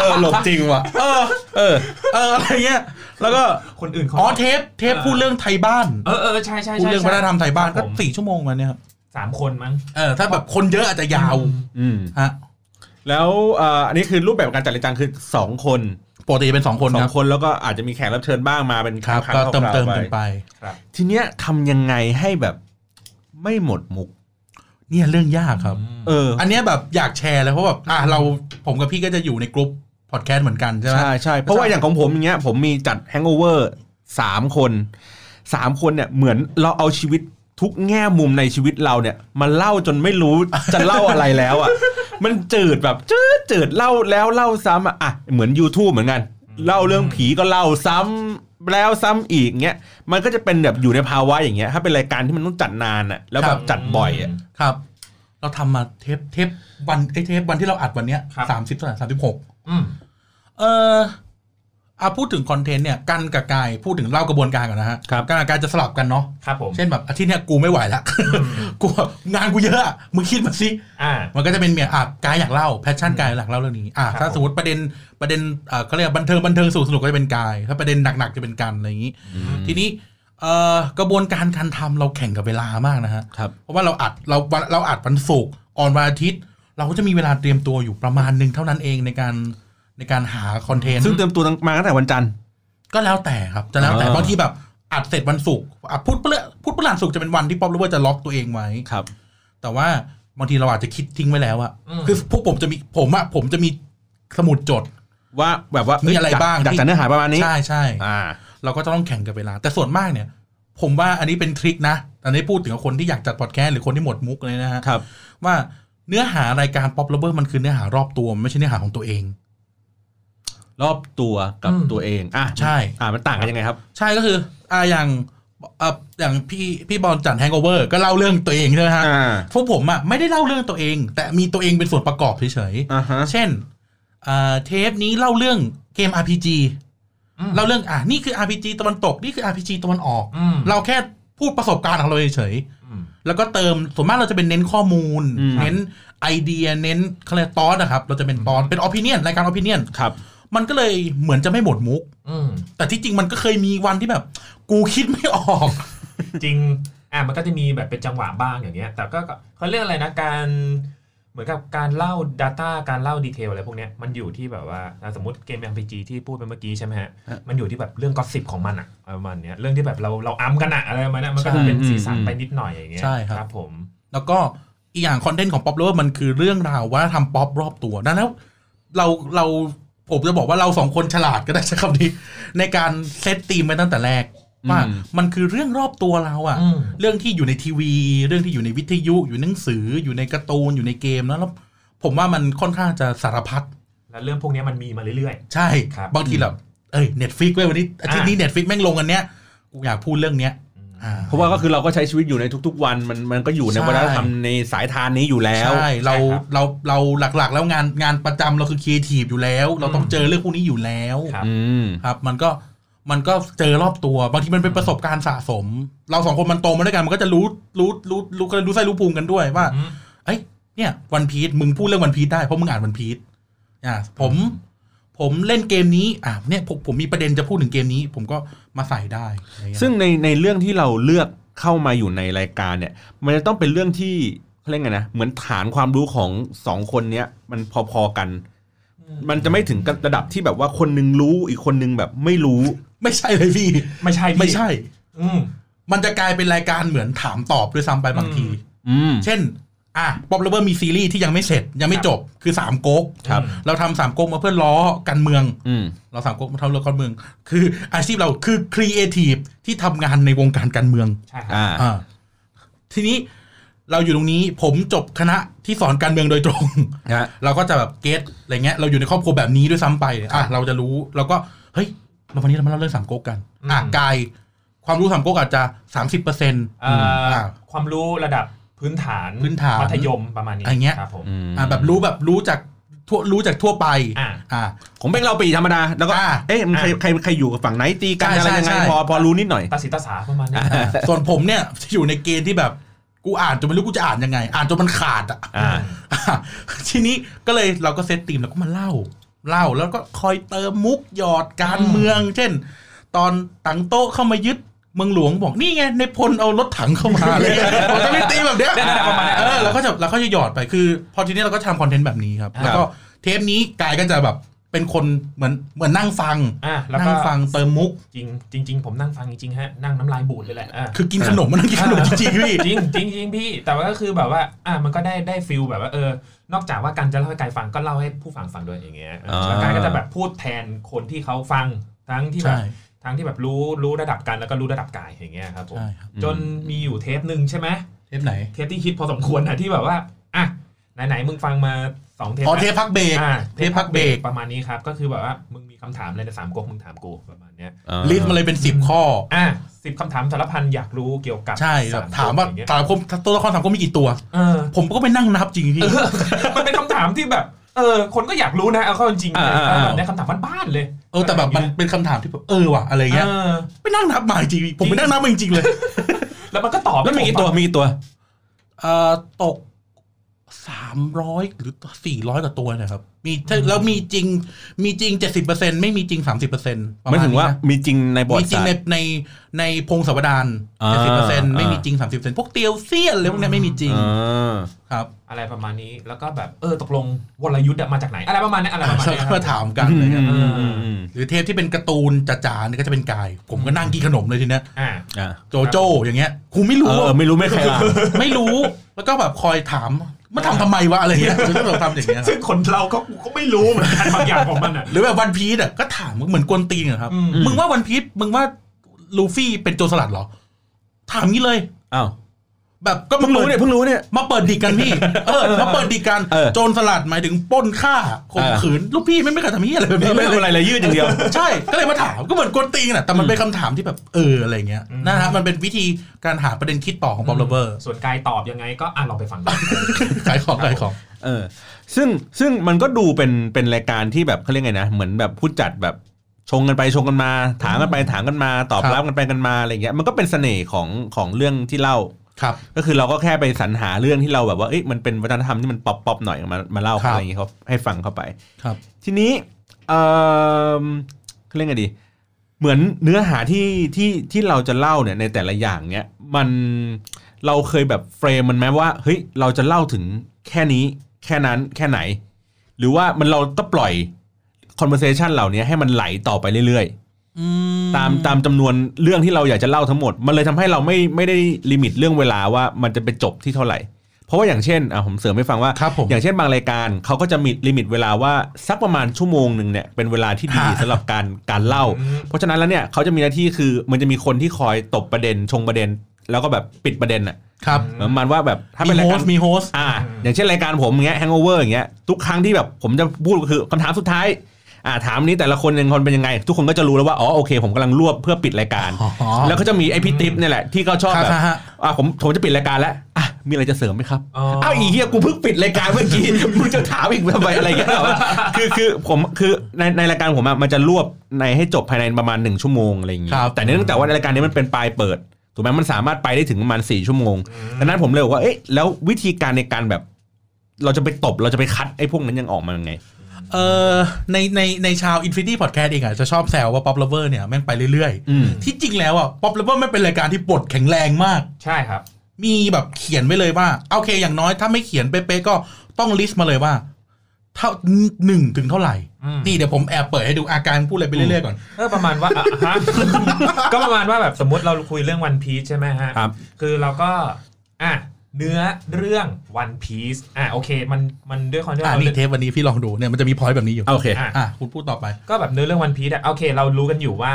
Speaker 1: เออหลบจริงว่ะ
Speaker 2: เออ
Speaker 1: เออ
Speaker 2: เอออะไรเงี้ยแล้วก็
Speaker 3: คนอื่นเขา
Speaker 2: อ๋อเทปเทปพูดเรื่องไทยบ้าน
Speaker 3: เออเออใช่ใช่
Speaker 2: พูด
Speaker 3: ใช่
Speaker 2: เรื่องวัฒนธรรมไทยบ้านก็
Speaker 3: ผม
Speaker 2: สี่ชั่วโมงมาเนี่ยครับ
Speaker 3: สามคนมั้ง
Speaker 2: เออถ้าแบบคนเยอะอาจจะยาว
Speaker 1: อืม
Speaker 2: ฮะ
Speaker 1: แล้วเอ่ออันนี้คือรูปแบบการจัดรายการคือสองคน
Speaker 2: ปกติจะเป็นสองคน
Speaker 1: สอ
Speaker 2: ครั
Speaker 1: ง
Speaker 2: บ
Speaker 1: คนแล้วก็อาจจะมีแขกรับเชิญบ้างมาเป็น
Speaker 2: ครับ
Speaker 1: ครั้ง
Speaker 2: ก็
Speaker 1: ๆ
Speaker 2: เติม
Speaker 1: ค
Speaker 2: เติ
Speaker 1: ร่าว
Speaker 2: ม
Speaker 1: ๆ
Speaker 2: กันไป
Speaker 3: ครับ
Speaker 1: ทีเนี้ยทำยังไงให้แบบไม่หมดมุก
Speaker 2: เนี่ยเรื่องยากครับ
Speaker 1: เออ
Speaker 2: อันเนี้ยแบบอยากแชร์เลยเพราะแบบอ่ะเราผมกับพี่ก็จะอยู่ในกลุ่มพอดแคสต์เหมือนกันใช่ไหม
Speaker 1: ใช่ใช่เพราะว่าอย่างของผมอย่างเงี้ยผมมีจัดแฮง g อ v เวอร์สามคนสามคนเนี่ยเหมือนเราเอาชีวิตทุกแง่มุมในชีวิตเราเนี่ยมาเล่าจนไม่รู้ *laughs* จะเล่าอะไรแล้วอ่ะ มันจืดแบบจืดจืดเล่าแล้วเล่าซ้ำอะอ่ะเหมือน YouTube เหมือนกัน เล่าเรื่องผีก็เล่าซ้ำแล้วซ้ำอีกเงี้ยมันก็จะเป็นแบบอยู่ในภาวะอย่างเงี้ยถ้าเป็นรายการที่มันต้องจัดนานอ่ะแล้วแบ
Speaker 2: ครับ บ
Speaker 1: จัดบ่อยอ่ะ
Speaker 3: ม
Speaker 2: ครับ เราทำมาเทปเทปวันไอยเทปวันที่เราอัดวันเนี้ย
Speaker 3: ครับ
Speaker 2: สามสิบเท่าไหร่สามสิบหก
Speaker 3: อืม
Speaker 2: เอออ่ะพูดถึงคอนเทนต์เนี่ยกันกับกายพูดถึงเล่ากระบวนการก่อนนะฮะ
Speaker 1: ครับ
Speaker 2: กันกับกายจะสลับกันเนาะ
Speaker 3: ครับผม
Speaker 2: เช่นแบบอาทิตย์เนี้ยกูไม่ไหวละ *laughs* กูแบบงานกูเยอะอะมึงคิดมาสิ
Speaker 3: อ่า
Speaker 2: มันก็จะเป็นเมียอ่ะกายอยากเล่าแพชชั่นกายอยากเล่าเรื่องนี้อ่ะ
Speaker 3: ครับ
Speaker 2: ถ้า
Speaker 3: ผม
Speaker 2: สมมติประเด็นประเด็นเอ่อเขาเรียกว่าบันเทิงบันเทิงสู่สนุกก็จะเป็นกาย ถ้าประเด็นหนักๆจะเป็นกันอะไรอย่างนี้ ทีนี้เอ่อกระบวนการการทำเราแข่งกับเวลามากนะฮะ
Speaker 1: ครับ
Speaker 2: เพราะว่าเราอัดเราวันเราอัดวันศุกร์ออนวันอาทิตย์ เราก็จะมีเวลาเตรียมตัวอยู่ประมาณหนึ่งเท่านั้นเองในการในการหาคอนเทนต์
Speaker 1: ซึ่งเตรียมตัวมาตั้งแต่วันจันทร์
Speaker 2: ก็แล้วแต่ครับจะแล้วแต่
Speaker 1: อ่า
Speaker 2: บางทีแบบอัดเสร็จวันศุกร์อ่ะพูดเพื่อพูดเพื่อหลังศุกร์จะเป็นวันที่ป๊อปรู้ว่าจะล็อกตัวเองไว้
Speaker 1: ครับ
Speaker 2: แต่ว่าบางทีเราอาจจะคิดทิ้งไว้แล้วอะ
Speaker 3: อืม
Speaker 2: คือพวกผมจะมีผมอะผมจะมีสมุดจด
Speaker 1: ว่าแบบว่า
Speaker 2: มี
Speaker 1: มี
Speaker 2: อะไรบ้าง
Speaker 1: อยาก
Speaker 2: ที่
Speaker 1: จัดเนื้อหาประมาณนี้
Speaker 2: ใช่ใช่
Speaker 1: อ่า
Speaker 2: เราก็จะต้องแข่งกับเวลา แต่ส่วนมากเนี่ย ผมว่าอันนี้เป็นทริคนะอันนี้พูดถึงกับคนที่อยากจัดพอดแคสต์หรือคนที่หมดมุกเลยนะฮะ
Speaker 1: ครับ
Speaker 2: ว่าเนื้อหารายการป๊อปเลเวอร์มันคือเนื้อหารอบตัวมันไม่ใช่เนื้อหาของตัวเอง
Speaker 1: รอบตัวกับ
Speaker 3: อืม
Speaker 1: ตัวเองอ่ะ
Speaker 2: ใช่
Speaker 1: อ่ะมันต่างกันยังไงครับ
Speaker 2: ใช่ก็คืออ่าอย่างอ่าอย่างพี่พี่บอลจัดแฮง g อ v เวอร์ก็เล่าเรื่องตัวเองใช่ไหมฮะ
Speaker 1: อ่า
Speaker 2: พวกผมอะไม่ได้เล่าเรื่องตัวเอง แต่มีตัวเองเป็นส่วนประกอบเฉยๆ
Speaker 1: อ่าฮะ
Speaker 2: เช่นอ่าเทปนี้เล่าเรื่องเกม RPG
Speaker 3: อืม
Speaker 2: เล่าเรื่องอ่ะนี่คือ RPG ตะวันตก นี่คือ RPG ตะวันออก
Speaker 3: อืม
Speaker 2: เราแค่พูดประสบการณ์ของเราเฉย
Speaker 3: อืม
Speaker 2: ๆ แล้วก็เติมส่วนมากเราจะเป็นเน้นข้อมูล
Speaker 1: อืม
Speaker 2: เน้นไอเดียเน้นเขาเรียกตอนนะครับ เราจะเป็นตอนเป็นอ p ิเนียนรายการอ p ิเนียน
Speaker 1: ครับ
Speaker 2: มันก็เลยเหมือนจะไม่หมดมุก
Speaker 3: อืม
Speaker 2: แต่ที่จริงมันก็เคยมีวันที่แบบ กูคิดไม่ออก *laughs*
Speaker 3: จริง อ่ะมันก็จะมีแบบเป็นจังหวะบ้างอย่างเงี้ย แต่ก็ก็เขาเรียกอะไรนะ การ เหมือนกับการเล่า Data การเล่าดีเทลอะไรพวกเนี้ย มันอยู่ที่แบบว่าอ่ะสมมติเกม RPG ที่พูดไปเมื่อกี้ใช่ไหมฮะ
Speaker 1: ฮะ
Speaker 3: มันอยู่ที่แบบเรื่องก็สิบของมันอะอะไรประมาณเนี้ย เรื่องที่แบบเราเราอัมกันอะอะไรประมาณเนี้ยมันก็จะเป็น
Speaker 1: ใช่
Speaker 3: สีสัน
Speaker 1: อืม
Speaker 3: ไปนิดหน่อยอย่างเงี้ย
Speaker 2: ใช่ครับ
Speaker 3: ครับผม
Speaker 2: แล้วก็อีกอย่างคอนเทนต์ของป๊อปเลอร์มันคือเรื่องราววัฒนธรรมป๊อปรอบตัวดังนั้นแล้วเราเราผมจะบอกว่าเราสองคนฉลาดก็ได้ใช้คำนี้ ในการเซตธีมไปตั้งแต่แรกว่า
Speaker 1: อืม
Speaker 2: มันคือเรื่องรอบตัวเราอะ
Speaker 3: อืม
Speaker 2: เรื่องที่อยู่ในทีวี เรื่องที่อยู่ในวิทยุอยู่ในหนังสือ อยู่ในการ์ตูนอยู่ในเกมแล้วแล้วผมว่ามันค่อนข้างจะสารพัด
Speaker 3: แล้วเรื่องพวกเนี้ยมันมีมาเรื่อย
Speaker 2: ใช่
Speaker 3: ครับ
Speaker 2: บางทีแบบเอ้ยเน็ตฟิกเว้ยวันนี้อาทิตย์นี้
Speaker 3: อ่า
Speaker 2: เน็ตฟิกแม่งลงอันเนี้ยกูอยากพูดเรื่องเนี้ยอ่า
Speaker 1: เพราะว่าก็คือเราก็ใช้ชีวิตอยู่ในทุก ๆ วันมันมันก็อยู่ใน
Speaker 2: ใช่
Speaker 1: วัฒนธรรมในสายทานนี้อยู่แล้ว
Speaker 2: ใช่เรา
Speaker 3: ใช่ครับ
Speaker 2: เราเราหลักๆ แล้วงานงานประจำเราคือครีเอทีฟอยู่แล้ว เราต้อง
Speaker 3: อืม
Speaker 2: เจอเรื่องพวกนี้อยู่แล้ว
Speaker 3: ครับ
Speaker 1: อืม
Speaker 2: ครับ มันก็มันก็เจอรอบตัวบางทีมันเป็นประสบการณ์สะสม เราสองคนมันโตมาด้วยกันมันก็จะรู้รู้รู้รู้รู้รู้ไส้รู้ภูมิกันด้วยว่า
Speaker 3: อืม
Speaker 2: เอ้ยเนี่ยวันพี e มึงพูดเรื่องวันพี e ได้เพราะมึงอ่านวันพี e อ่าผม ผมเล่นเกมนี้อ่าเนี่ยผมผมมีประเด็นจะพูดถึงเกมนี้ ผมก็มาใส่ได้อะไรเงี้ย
Speaker 1: ซึ่งในในเรื่องที่เราเลือกเข้ามาอยู่ในรายการเนี่ย มันจะต้องเป็นเรื่องที่เขาเรียกไงนะเหมือนฐานความรู้ของสองคนเนี้ยมันพอๆกัน
Speaker 3: อืม
Speaker 1: มันจะไม่ถึงกับระดับที่แบบว่าคนนึงรู้อีกคนนึงแบบไม่รู้
Speaker 2: ไม่ใช่เลยพี่
Speaker 3: ไม่ใช่พี่
Speaker 2: ไม่ใช่
Speaker 3: อืม
Speaker 2: มันจะกลายเป็นรายการเหมือนถามตอบด้วยซ้ำไปบางที
Speaker 3: อืม
Speaker 1: อืม
Speaker 2: เช่น อ่ะป๊อปเลเวอร์มีซีรีส์ที่ยังไม่เสร็จ ยังไม่จบ คือสามก๊ก
Speaker 1: ครับ
Speaker 2: เราทำสามก๊กมาเพื่อล้อการเมือง
Speaker 1: อืม
Speaker 2: เราสามก๊กมาทำล้อการเมือง คืออาชีพเราคือครีเอทีฟที่ทำงานในวงการการเมือง
Speaker 3: ใช่ครับ
Speaker 1: อ่า
Speaker 2: อ่าทีนี้เราอยู่ตรงนี้ผมจบคณะที่สอนการเมืองโดยตรง *laughs*
Speaker 1: ฮะ
Speaker 2: เราก็จะแบบเก็ตอะไรเงี้ย เราอยู่ในครอบครัวแบบนี้ด้วยซ้ำไปอ่ะเราจะรู้เราก็เฮ้ยเราวันนี้เรามาเล่าเรื่องสามก๊กกันอ่ะกายความรู้สามก๊กอาจจะสามสิบเปอร์เซ็นต์
Speaker 3: เอ่ออ
Speaker 2: ม
Speaker 3: ความรู้ระดับพื้นฐาน
Speaker 2: พื้นฐาน
Speaker 3: มัธยมประมาณนี้
Speaker 2: อย่างเงี้ย
Speaker 3: ครับผม
Speaker 1: อืม
Speaker 2: อ่ะแบบรู้แบบรู้จากทั่วรู้จากทั่วไป
Speaker 3: อ่ะ
Speaker 2: อ่ะ
Speaker 1: ผมเป็นเราปีธรรมดา แล้วก็
Speaker 2: อ่า
Speaker 1: เอ๊ะมันใครใครใครอยู่กับฝั่งไหนตีกัน
Speaker 2: ใช่
Speaker 1: อะไรยัง
Speaker 2: ใช่
Speaker 1: ไง
Speaker 2: ใช่
Speaker 1: พอพอรู้นิดหน่อย
Speaker 3: ตาสีตาสาประมาณนี้
Speaker 2: อ่าส่วนผมเนี่ย *laughs* จะอยู่ในเกณฑ์ที่แบบกูอ่านจนไม่รู้กูจะอ่านยังไง อ่านจนมันขาดอ่ะ
Speaker 1: อ่า
Speaker 2: อ่ะ *laughs* ทีนี้ก็เลยเราก็เซตธีมแล้วก็มาเล่า เล่าแล้วก็คอยเติมมุกหยอดการเมือง เช่น ตอนตังโต๊ะเข้ามายึดเมืองหลวงบอกนี่ไงในพลเอารถถังเข้ามา
Speaker 3: *laughs*
Speaker 2: เลยผมจะไม่ตีแบบเนี้ย
Speaker 3: ได้ๆประมาณนั้น
Speaker 2: เออเราก็จะเราก็จะหยอดไปคือ พอทีนี้เราก็ทำคอนเทนต์แบบนี้ครับ แล้วก็เทปนี้กายก็จะแบบเป็นคนเหมือนเหมือนนั่งฟัง
Speaker 3: อ่ะแล้วก็
Speaker 2: นั่งฟังเติมมุก
Speaker 3: จริงจริงๆผมนั่งฟังจริงๆฮะนั่งน้ำลายบูดเลยแหละอ่ะ
Speaker 2: คือกินขนมมันต้องกินขนมจริงๆพี่
Speaker 3: จริงจริงจริงพี่ แต่ว่าก็คือแบบว่าอ่ะมันก็ได้ได้ฟิลแบบว่าเออนอกจากว่าการจะเล่าให้กายฟังก็เล่าให้ผู้ฟังฟังด้วยอย่างเงี้ย
Speaker 1: อ่า
Speaker 3: แล้วกายก็จะแบบพูดแทนคนที่เขาฟังทั้งที่แบบ
Speaker 2: ใช่
Speaker 3: ทั้งที่แบบรู้รู้ระดับกันแล้วก็รู้ระดับกายอย่างเงี้ยครับผม
Speaker 2: ใช่ครับ
Speaker 3: จนมีอยู่เทปหนึ่งใช่ไหม
Speaker 2: เทปไหน
Speaker 3: เทปที่ฮิตพอสมควรนะที่แบบว่าอ่ะไหนๆมึงฟังมาสองเทป
Speaker 2: อ๋อ
Speaker 3: นะ
Speaker 2: เทปพักเบรก
Speaker 3: อ่า
Speaker 2: เทปพักเบรก
Speaker 3: ประมาณนี้ครับ ก็คือแบบว่ามึงมีคำถามอะไรในสามก๊กมึงถามกูประมาณเนี้ย
Speaker 1: อ่า
Speaker 2: ลิสต์มาเลยเป็นสิบข้อ
Speaker 3: อ่ะสิบคำถามสารพันอยากรู้เกี่ยวกับ
Speaker 2: ใช่แบบ
Speaker 3: ส
Speaker 2: ถาม
Speaker 3: ก๊ก
Speaker 2: ว่า
Speaker 3: อย่งเงี้ย
Speaker 2: สามคมตัวละครสามคมมีกี่ตัว
Speaker 3: เออ
Speaker 2: ผมก็ไปนั่งนับจริงพี่
Speaker 3: มันเป็นคำถามที่แบบ เออ คนก็อยากรู้นะเอาเข้าจริงๆ
Speaker 1: อ่าอ่าอ่า
Speaker 3: แบบเนี้ยคำถามบ้านๆเลย
Speaker 2: เออแต่แบบมันเป็นคำถามที่แบบเออว่ะอะไร
Speaker 3: อย่างเงี้
Speaker 2: เงี้
Speaker 3: ย
Speaker 2: ย
Speaker 3: เออ
Speaker 2: ไปนั่งนับมาจริงพี่ผมไปนั่งนับมาจริงๆเลย
Speaker 3: แล้วมันก็ตอบ
Speaker 1: แล้วมีกี่ตัวมีกี่ตัว
Speaker 2: เอ่อตกสามร้อยหรือสี่ร้อยกว่าตัวนะครับ มีถ้าแล้วมีจริงมีจริงเจ็ดสิบเปอร์เซ็นไม่มีจริงสามสิบเปอร์เซ็นต์
Speaker 1: ไม่ถึงว่ามีจริงในบท
Speaker 2: มีจริง
Speaker 1: ศาสตร์
Speaker 2: ในในในพงศาวดาร
Speaker 1: อ่า
Speaker 2: เจ็ดสิบเปอร์เซ็นต์ไม่
Speaker 1: อ่ามี
Speaker 2: มีจริงสามสิบเปอร์เซ็นต์พวกเตียวเซียนอะไรพวกเนี้ยไม่มีจริง
Speaker 1: อ่า
Speaker 2: ครับ
Speaker 3: อะไรประมาณนี้แล้วก็แบบเออตกลงวรยุทธ์อะมาจากไหน อะไรประมาณเนี้ยอะไรประมาณ
Speaker 2: เา
Speaker 3: เนี้ยค
Speaker 2: ก็
Speaker 3: รับ
Speaker 2: ถามกันอะไรเลย
Speaker 3: อืม
Speaker 2: หรือเทปที่เป็นการ์ตูนจ๋าๆเนี่ยก็จะเป็นกาย ผมก็นั่งกินขนมเลยทีเนี้ย
Speaker 3: อ่า
Speaker 1: อ่ะ
Speaker 2: โจโจ้อย่างเงี้ยกูไม่
Speaker 1: เอ
Speaker 2: รู้
Speaker 1: อไม่รู้ไม่ใครลา
Speaker 2: ไม่รู้แล้วก็แบบคอยถามมาทำทำไมวะอะไรเงี้ยคือแบบทำอย่างเงี้ยครั
Speaker 3: ซึ่
Speaker 2: บ
Speaker 3: งคนเราก็ก็ไม่รู้เหมือนกัน *laughs* บางอย่างของมันอ่ะ
Speaker 2: หรือแบบวันพีซอ่ะก็ถามเหมือนกวนตีนอะครับ
Speaker 3: อืม
Speaker 2: มึงว่าวันพีซมึงว่าลูฟี่เป็นโจรสลัดเหรอ ถามงี้เลย
Speaker 1: อ้าว
Speaker 2: แบบก็
Speaker 1: เพิ่งรู้เนี่ยเพิ่งรู้เนี่ย
Speaker 2: มาเปิดดิกกันพี่เออมาเปิดดิกกัน
Speaker 1: เออ
Speaker 2: โจรสลัดหมายถึงปล้นฆ่าข่ม
Speaker 1: เออ
Speaker 2: ขืนลูกพี่ไม่ไม่เคยทำนี้ยอะไรแบบ
Speaker 1: ไม่
Speaker 2: นี้
Speaker 1: ไม่
Speaker 2: เลย
Speaker 1: เป็นไรเลยยืดอย่างเดียว
Speaker 2: ใช่ก็เลยมาถามก็เหมือนกวนตีนน่ะแต่มันเป็นคำถามที่แบบเอออะไรเงี้ย
Speaker 3: อืม
Speaker 2: นะฮะมันเป็นวิธีการหาประเด็นคิดต่อของบอมเลเวอร์
Speaker 3: ส่วนกายตอบยังไงก็อ่ะลองไปฟังดู
Speaker 2: ขายของขายของ
Speaker 1: เออ ซึ่งซึ่งมันก็ดูเป็นเป็นรายการที่แบบเขาเรียกไงนะ เหมือนแบบผู้จัดแบบชงกันไปชงกันมา ถามกันไปถามกันมา ตอบรับกันไปกันมาอะไรเงี้ย มันก็เป็นเสน่ห์ของของเรื่องที่เล่า
Speaker 2: ครับ
Speaker 1: ก็คือเราก็แค่ไปสรรหาเรื่องที่เราแบบว่าเอ้ยมันเป็นวัฒนธรรมที่มันป๊อปป๊อปหน่อยมามาเล่า
Speaker 2: ครับ
Speaker 1: อะไรอย่างงี้เขาให้ฟังเข้าไป
Speaker 2: ครับ
Speaker 1: ทีนี้เออเขาเรียกไงดี เหมือนเนื้อหาที่ที่ที่เราจะเล่าเนี่ยในแต่ละอย่างเนี่ยมันเราเคยแบบเฟรมมันไหมว่าเฮ้ยเราจะเล่าถึงแค่นี้แค่นั้นแค่ไหน หรือว่ามันเราก็ปล่อย conversation เหล่านี้ให้มันไหลต่อไปเรื่อย
Speaker 2: อื
Speaker 1: ๆ ตามตามจำนวนเรื่องที่เราอยากจะเล่าทั้งหมด มันเลยทำให้เราไม่ไม่ได้ลิมิตเรื่องเวลาว่ามันจะไปจบที่เท่าไหร่ เพราะว่าอย่างเช่นอ่ะผมเสริมให้ฟังว่า
Speaker 2: ครับผม
Speaker 1: อย่างเช่นบางรายการเขาก็จะมีลิมิตเวลาว่าสักประมาณชั่วโมงหนึ่งเนี่ยเป็นเวลาที่ดี
Speaker 2: ฮะ
Speaker 1: สำหรับการการเล่า
Speaker 3: อืม
Speaker 1: เพราะฉะนั้นแล้วเนี่ยเขาจะมีหน้าที่คือมันจะมีคนที่คอยตบประเด็นชงประเด็น แล้วก็แบบปิดประเด็นอ่ะ
Speaker 2: ครับ
Speaker 1: เหมือนประมาณว่าแบบถ้า
Speaker 2: มี
Speaker 1: เป็นรา
Speaker 2: โฮ
Speaker 1: ยกา
Speaker 2: ส
Speaker 1: ร
Speaker 2: ต์มีโฮสต์
Speaker 1: อ่า อย่างเช่นรายการผมอย่างเงี้ย hangover อย่างเงี้ยทุกครั้งที่แบบผมจะพูดก็คือคำถามสุดท้ายอ่าถามนี้แต่ละคนยังคนเป็นยังไง ทุกคนก็จะรู้แล้วว่าอ๋อโอเค ผมกำลังรวบเพื่อปิดรายการ
Speaker 2: อ๋อ
Speaker 1: แล้วก็จะมีไอพี่ติ๊บเนี่ยแหละที่เขาชอบแบบ
Speaker 2: ฮะ
Speaker 1: อ่ะผมผมจะปิดรายการแล้วอ่ะมีอะไรจะเสริมไหมครับ
Speaker 3: อ๋ออ้
Speaker 1: วอีเหี้ยกูเพิ่งปิดรายการเมื่อกี้ *laughs* มึงจะถามอีกทำไมอะไรกันย *laughs* แบบคือคือผมคือในในรายการผมอะมันจะรวบในให้จบภายในประมาณหนึ่งชั่วโมงอะไรอย่างงี้
Speaker 2: ครับ
Speaker 1: แต่เนื่องจากว่าในรายการนี้มันเป็นปลายเปิดถูกไหมมันสามารถไปได้ถึงประมาณสี่ชั่วโมงดังนั้นผมเลยบอกว่าเอ๊ะแล้ววิธีการในการแบบ เราจะไปตบเราจะไปคัดไอ้พวกนั้นยังออกมายังไง
Speaker 2: เอ่อในในในชาว Infinity Podcast เองอ่ะจะชอบแซวว่า Pop Lover เนี่ยแม่งไปเรื่อย
Speaker 1: อืม
Speaker 2: ที่จริงแล้วอ่ะ Pop Lover ไม่งเป็นรายการที่บทแข็งแรงมาก
Speaker 3: ใช่ครับ
Speaker 2: มีแบบเขียนไว้เลยว่า โอเค อย่างน้อยถ้าไม่เขียนเป๊ะๆก็ต้องลิสต์มาเลยว่า เท่าหนึ่งถึงเท่าไหร่
Speaker 3: อืม
Speaker 2: นี่เดี๋ยวผมแอบเปิดให้ดูอาการพูดอะไรไปเรื่อยๆก่อน
Speaker 3: เออประมาณว่า *laughs* อ่ะฮะ ก็ประมาณว่าแบบสมมติเราคุยเรื่องวันพีชใช่ไหมฮะ
Speaker 1: ครับ
Speaker 3: คือเราก็อ่ะเนื้อเรื่องวันพีซอ่ะโอเคมันมันด้วยความที่
Speaker 2: อ่า
Speaker 3: เรา
Speaker 2: นี่เทปวันนี้พี่ลองดูเนี่ยมันจะมีพอยต์แบบนี้อยู่
Speaker 1: โอเค
Speaker 3: อ่ะ
Speaker 2: อ่ะคุณพูดต่อไป
Speaker 3: ก็แบบเนื้อเรื่องวันพีซอ่ะโอเค เรารู้กันอยู่ว่า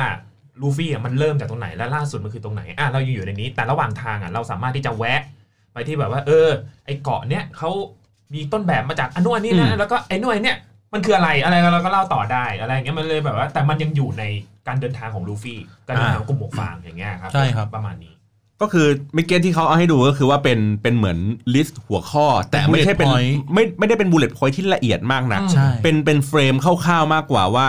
Speaker 3: ลูฟี่อ่ะมันเริ่มจากตรงไหนและล่าสุดมันคือตรงไหนอ่ะเรายังอยู่ในนี้ แต่ระหว่างทางอ่ะเราสามารถที่จะแวะ ไปที่แบบว่า เออ ไอเกาะเนี้ยเขามีต้นแบบมาจากอันนู้นอันนี้
Speaker 1: อืม
Speaker 3: นะแล้วก็ไอนู่นไอเนี้ยมันคืออะไรอะไรเราก็เล่าต่อได้อะไรอย่างเงี้ยมันเลยแบบว่า แต่มันยังอยู่ในการเดินทางของลูฟี่การเดินทางของกลุ่มหมวกฟางอย่างเงี้ยครับ
Speaker 2: ใช่ครับ
Speaker 3: ประมาณนี้
Speaker 1: ก็คือเมื่อกี้ที่เขาเอาให้ดูก็คือว่าเป็นเป็นเหมือนลิสต์หัวข้อ แต่ไม่ใช่เป็น
Speaker 2: Bullet point
Speaker 1: ไม่ไม่ได้เป็นบูเลตพอยที่ละเอียดมากนัก
Speaker 3: อืม
Speaker 2: ใช่
Speaker 1: เป็นเป็นเฟรมคร่าวๆมากกว่าว่า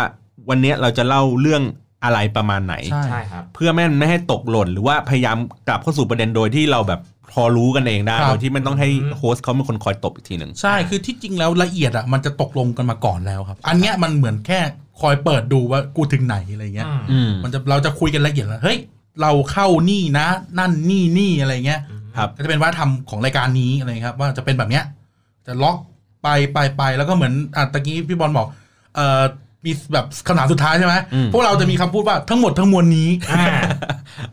Speaker 1: วันเนี้ยเราจะเล่าเรื่องอะไรประมาณไหน
Speaker 2: ใช่
Speaker 3: ใช่ครับ
Speaker 1: เพื่อไม่ให้ไม่ให้ตกหล่น หรือว่าพยายามกลับเข้าสู่ประเด็นโดยที่เราแบบพอรู้กันเองได้
Speaker 2: ครับ
Speaker 1: โดยที่ไม่ต้องให้
Speaker 3: อืม
Speaker 1: โฮสต์เขาเป็นคนคอยตบอีกทีหนึ่ง
Speaker 2: ใช่ คือที่จริงแล้วละเอียดอ่ะมันจะตกลงกันมาก่อนแล้วครับ อันเนี้ยมันเหมือนแค่คอยเปิดดูว่ากูถึงไหนอะไรเงี้ย
Speaker 3: อืม
Speaker 1: อืม
Speaker 2: มันจะเราจะคุยกันละเอียดแล้ว เฮ้ย เราเข้านี่นะ นั่นนี่นี่อะไรเงี้ย
Speaker 1: ครับ
Speaker 2: ก็จะเป็นว่าทำของรายการนี้อะไรครับ ว่าจะเป็นแบบเนี้ย จะล็อกไปไปไปแล้วก็เหมือนอ่ะตะกี้พี่บอลบอก เอ่อ มีแบบคำถามสุดท้ายใช่ไหม
Speaker 1: อืม
Speaker 2: พวกเราจะมีคำพูดว่าทั้งหมดทั้งมวลนี้
Speaker 3: อ่า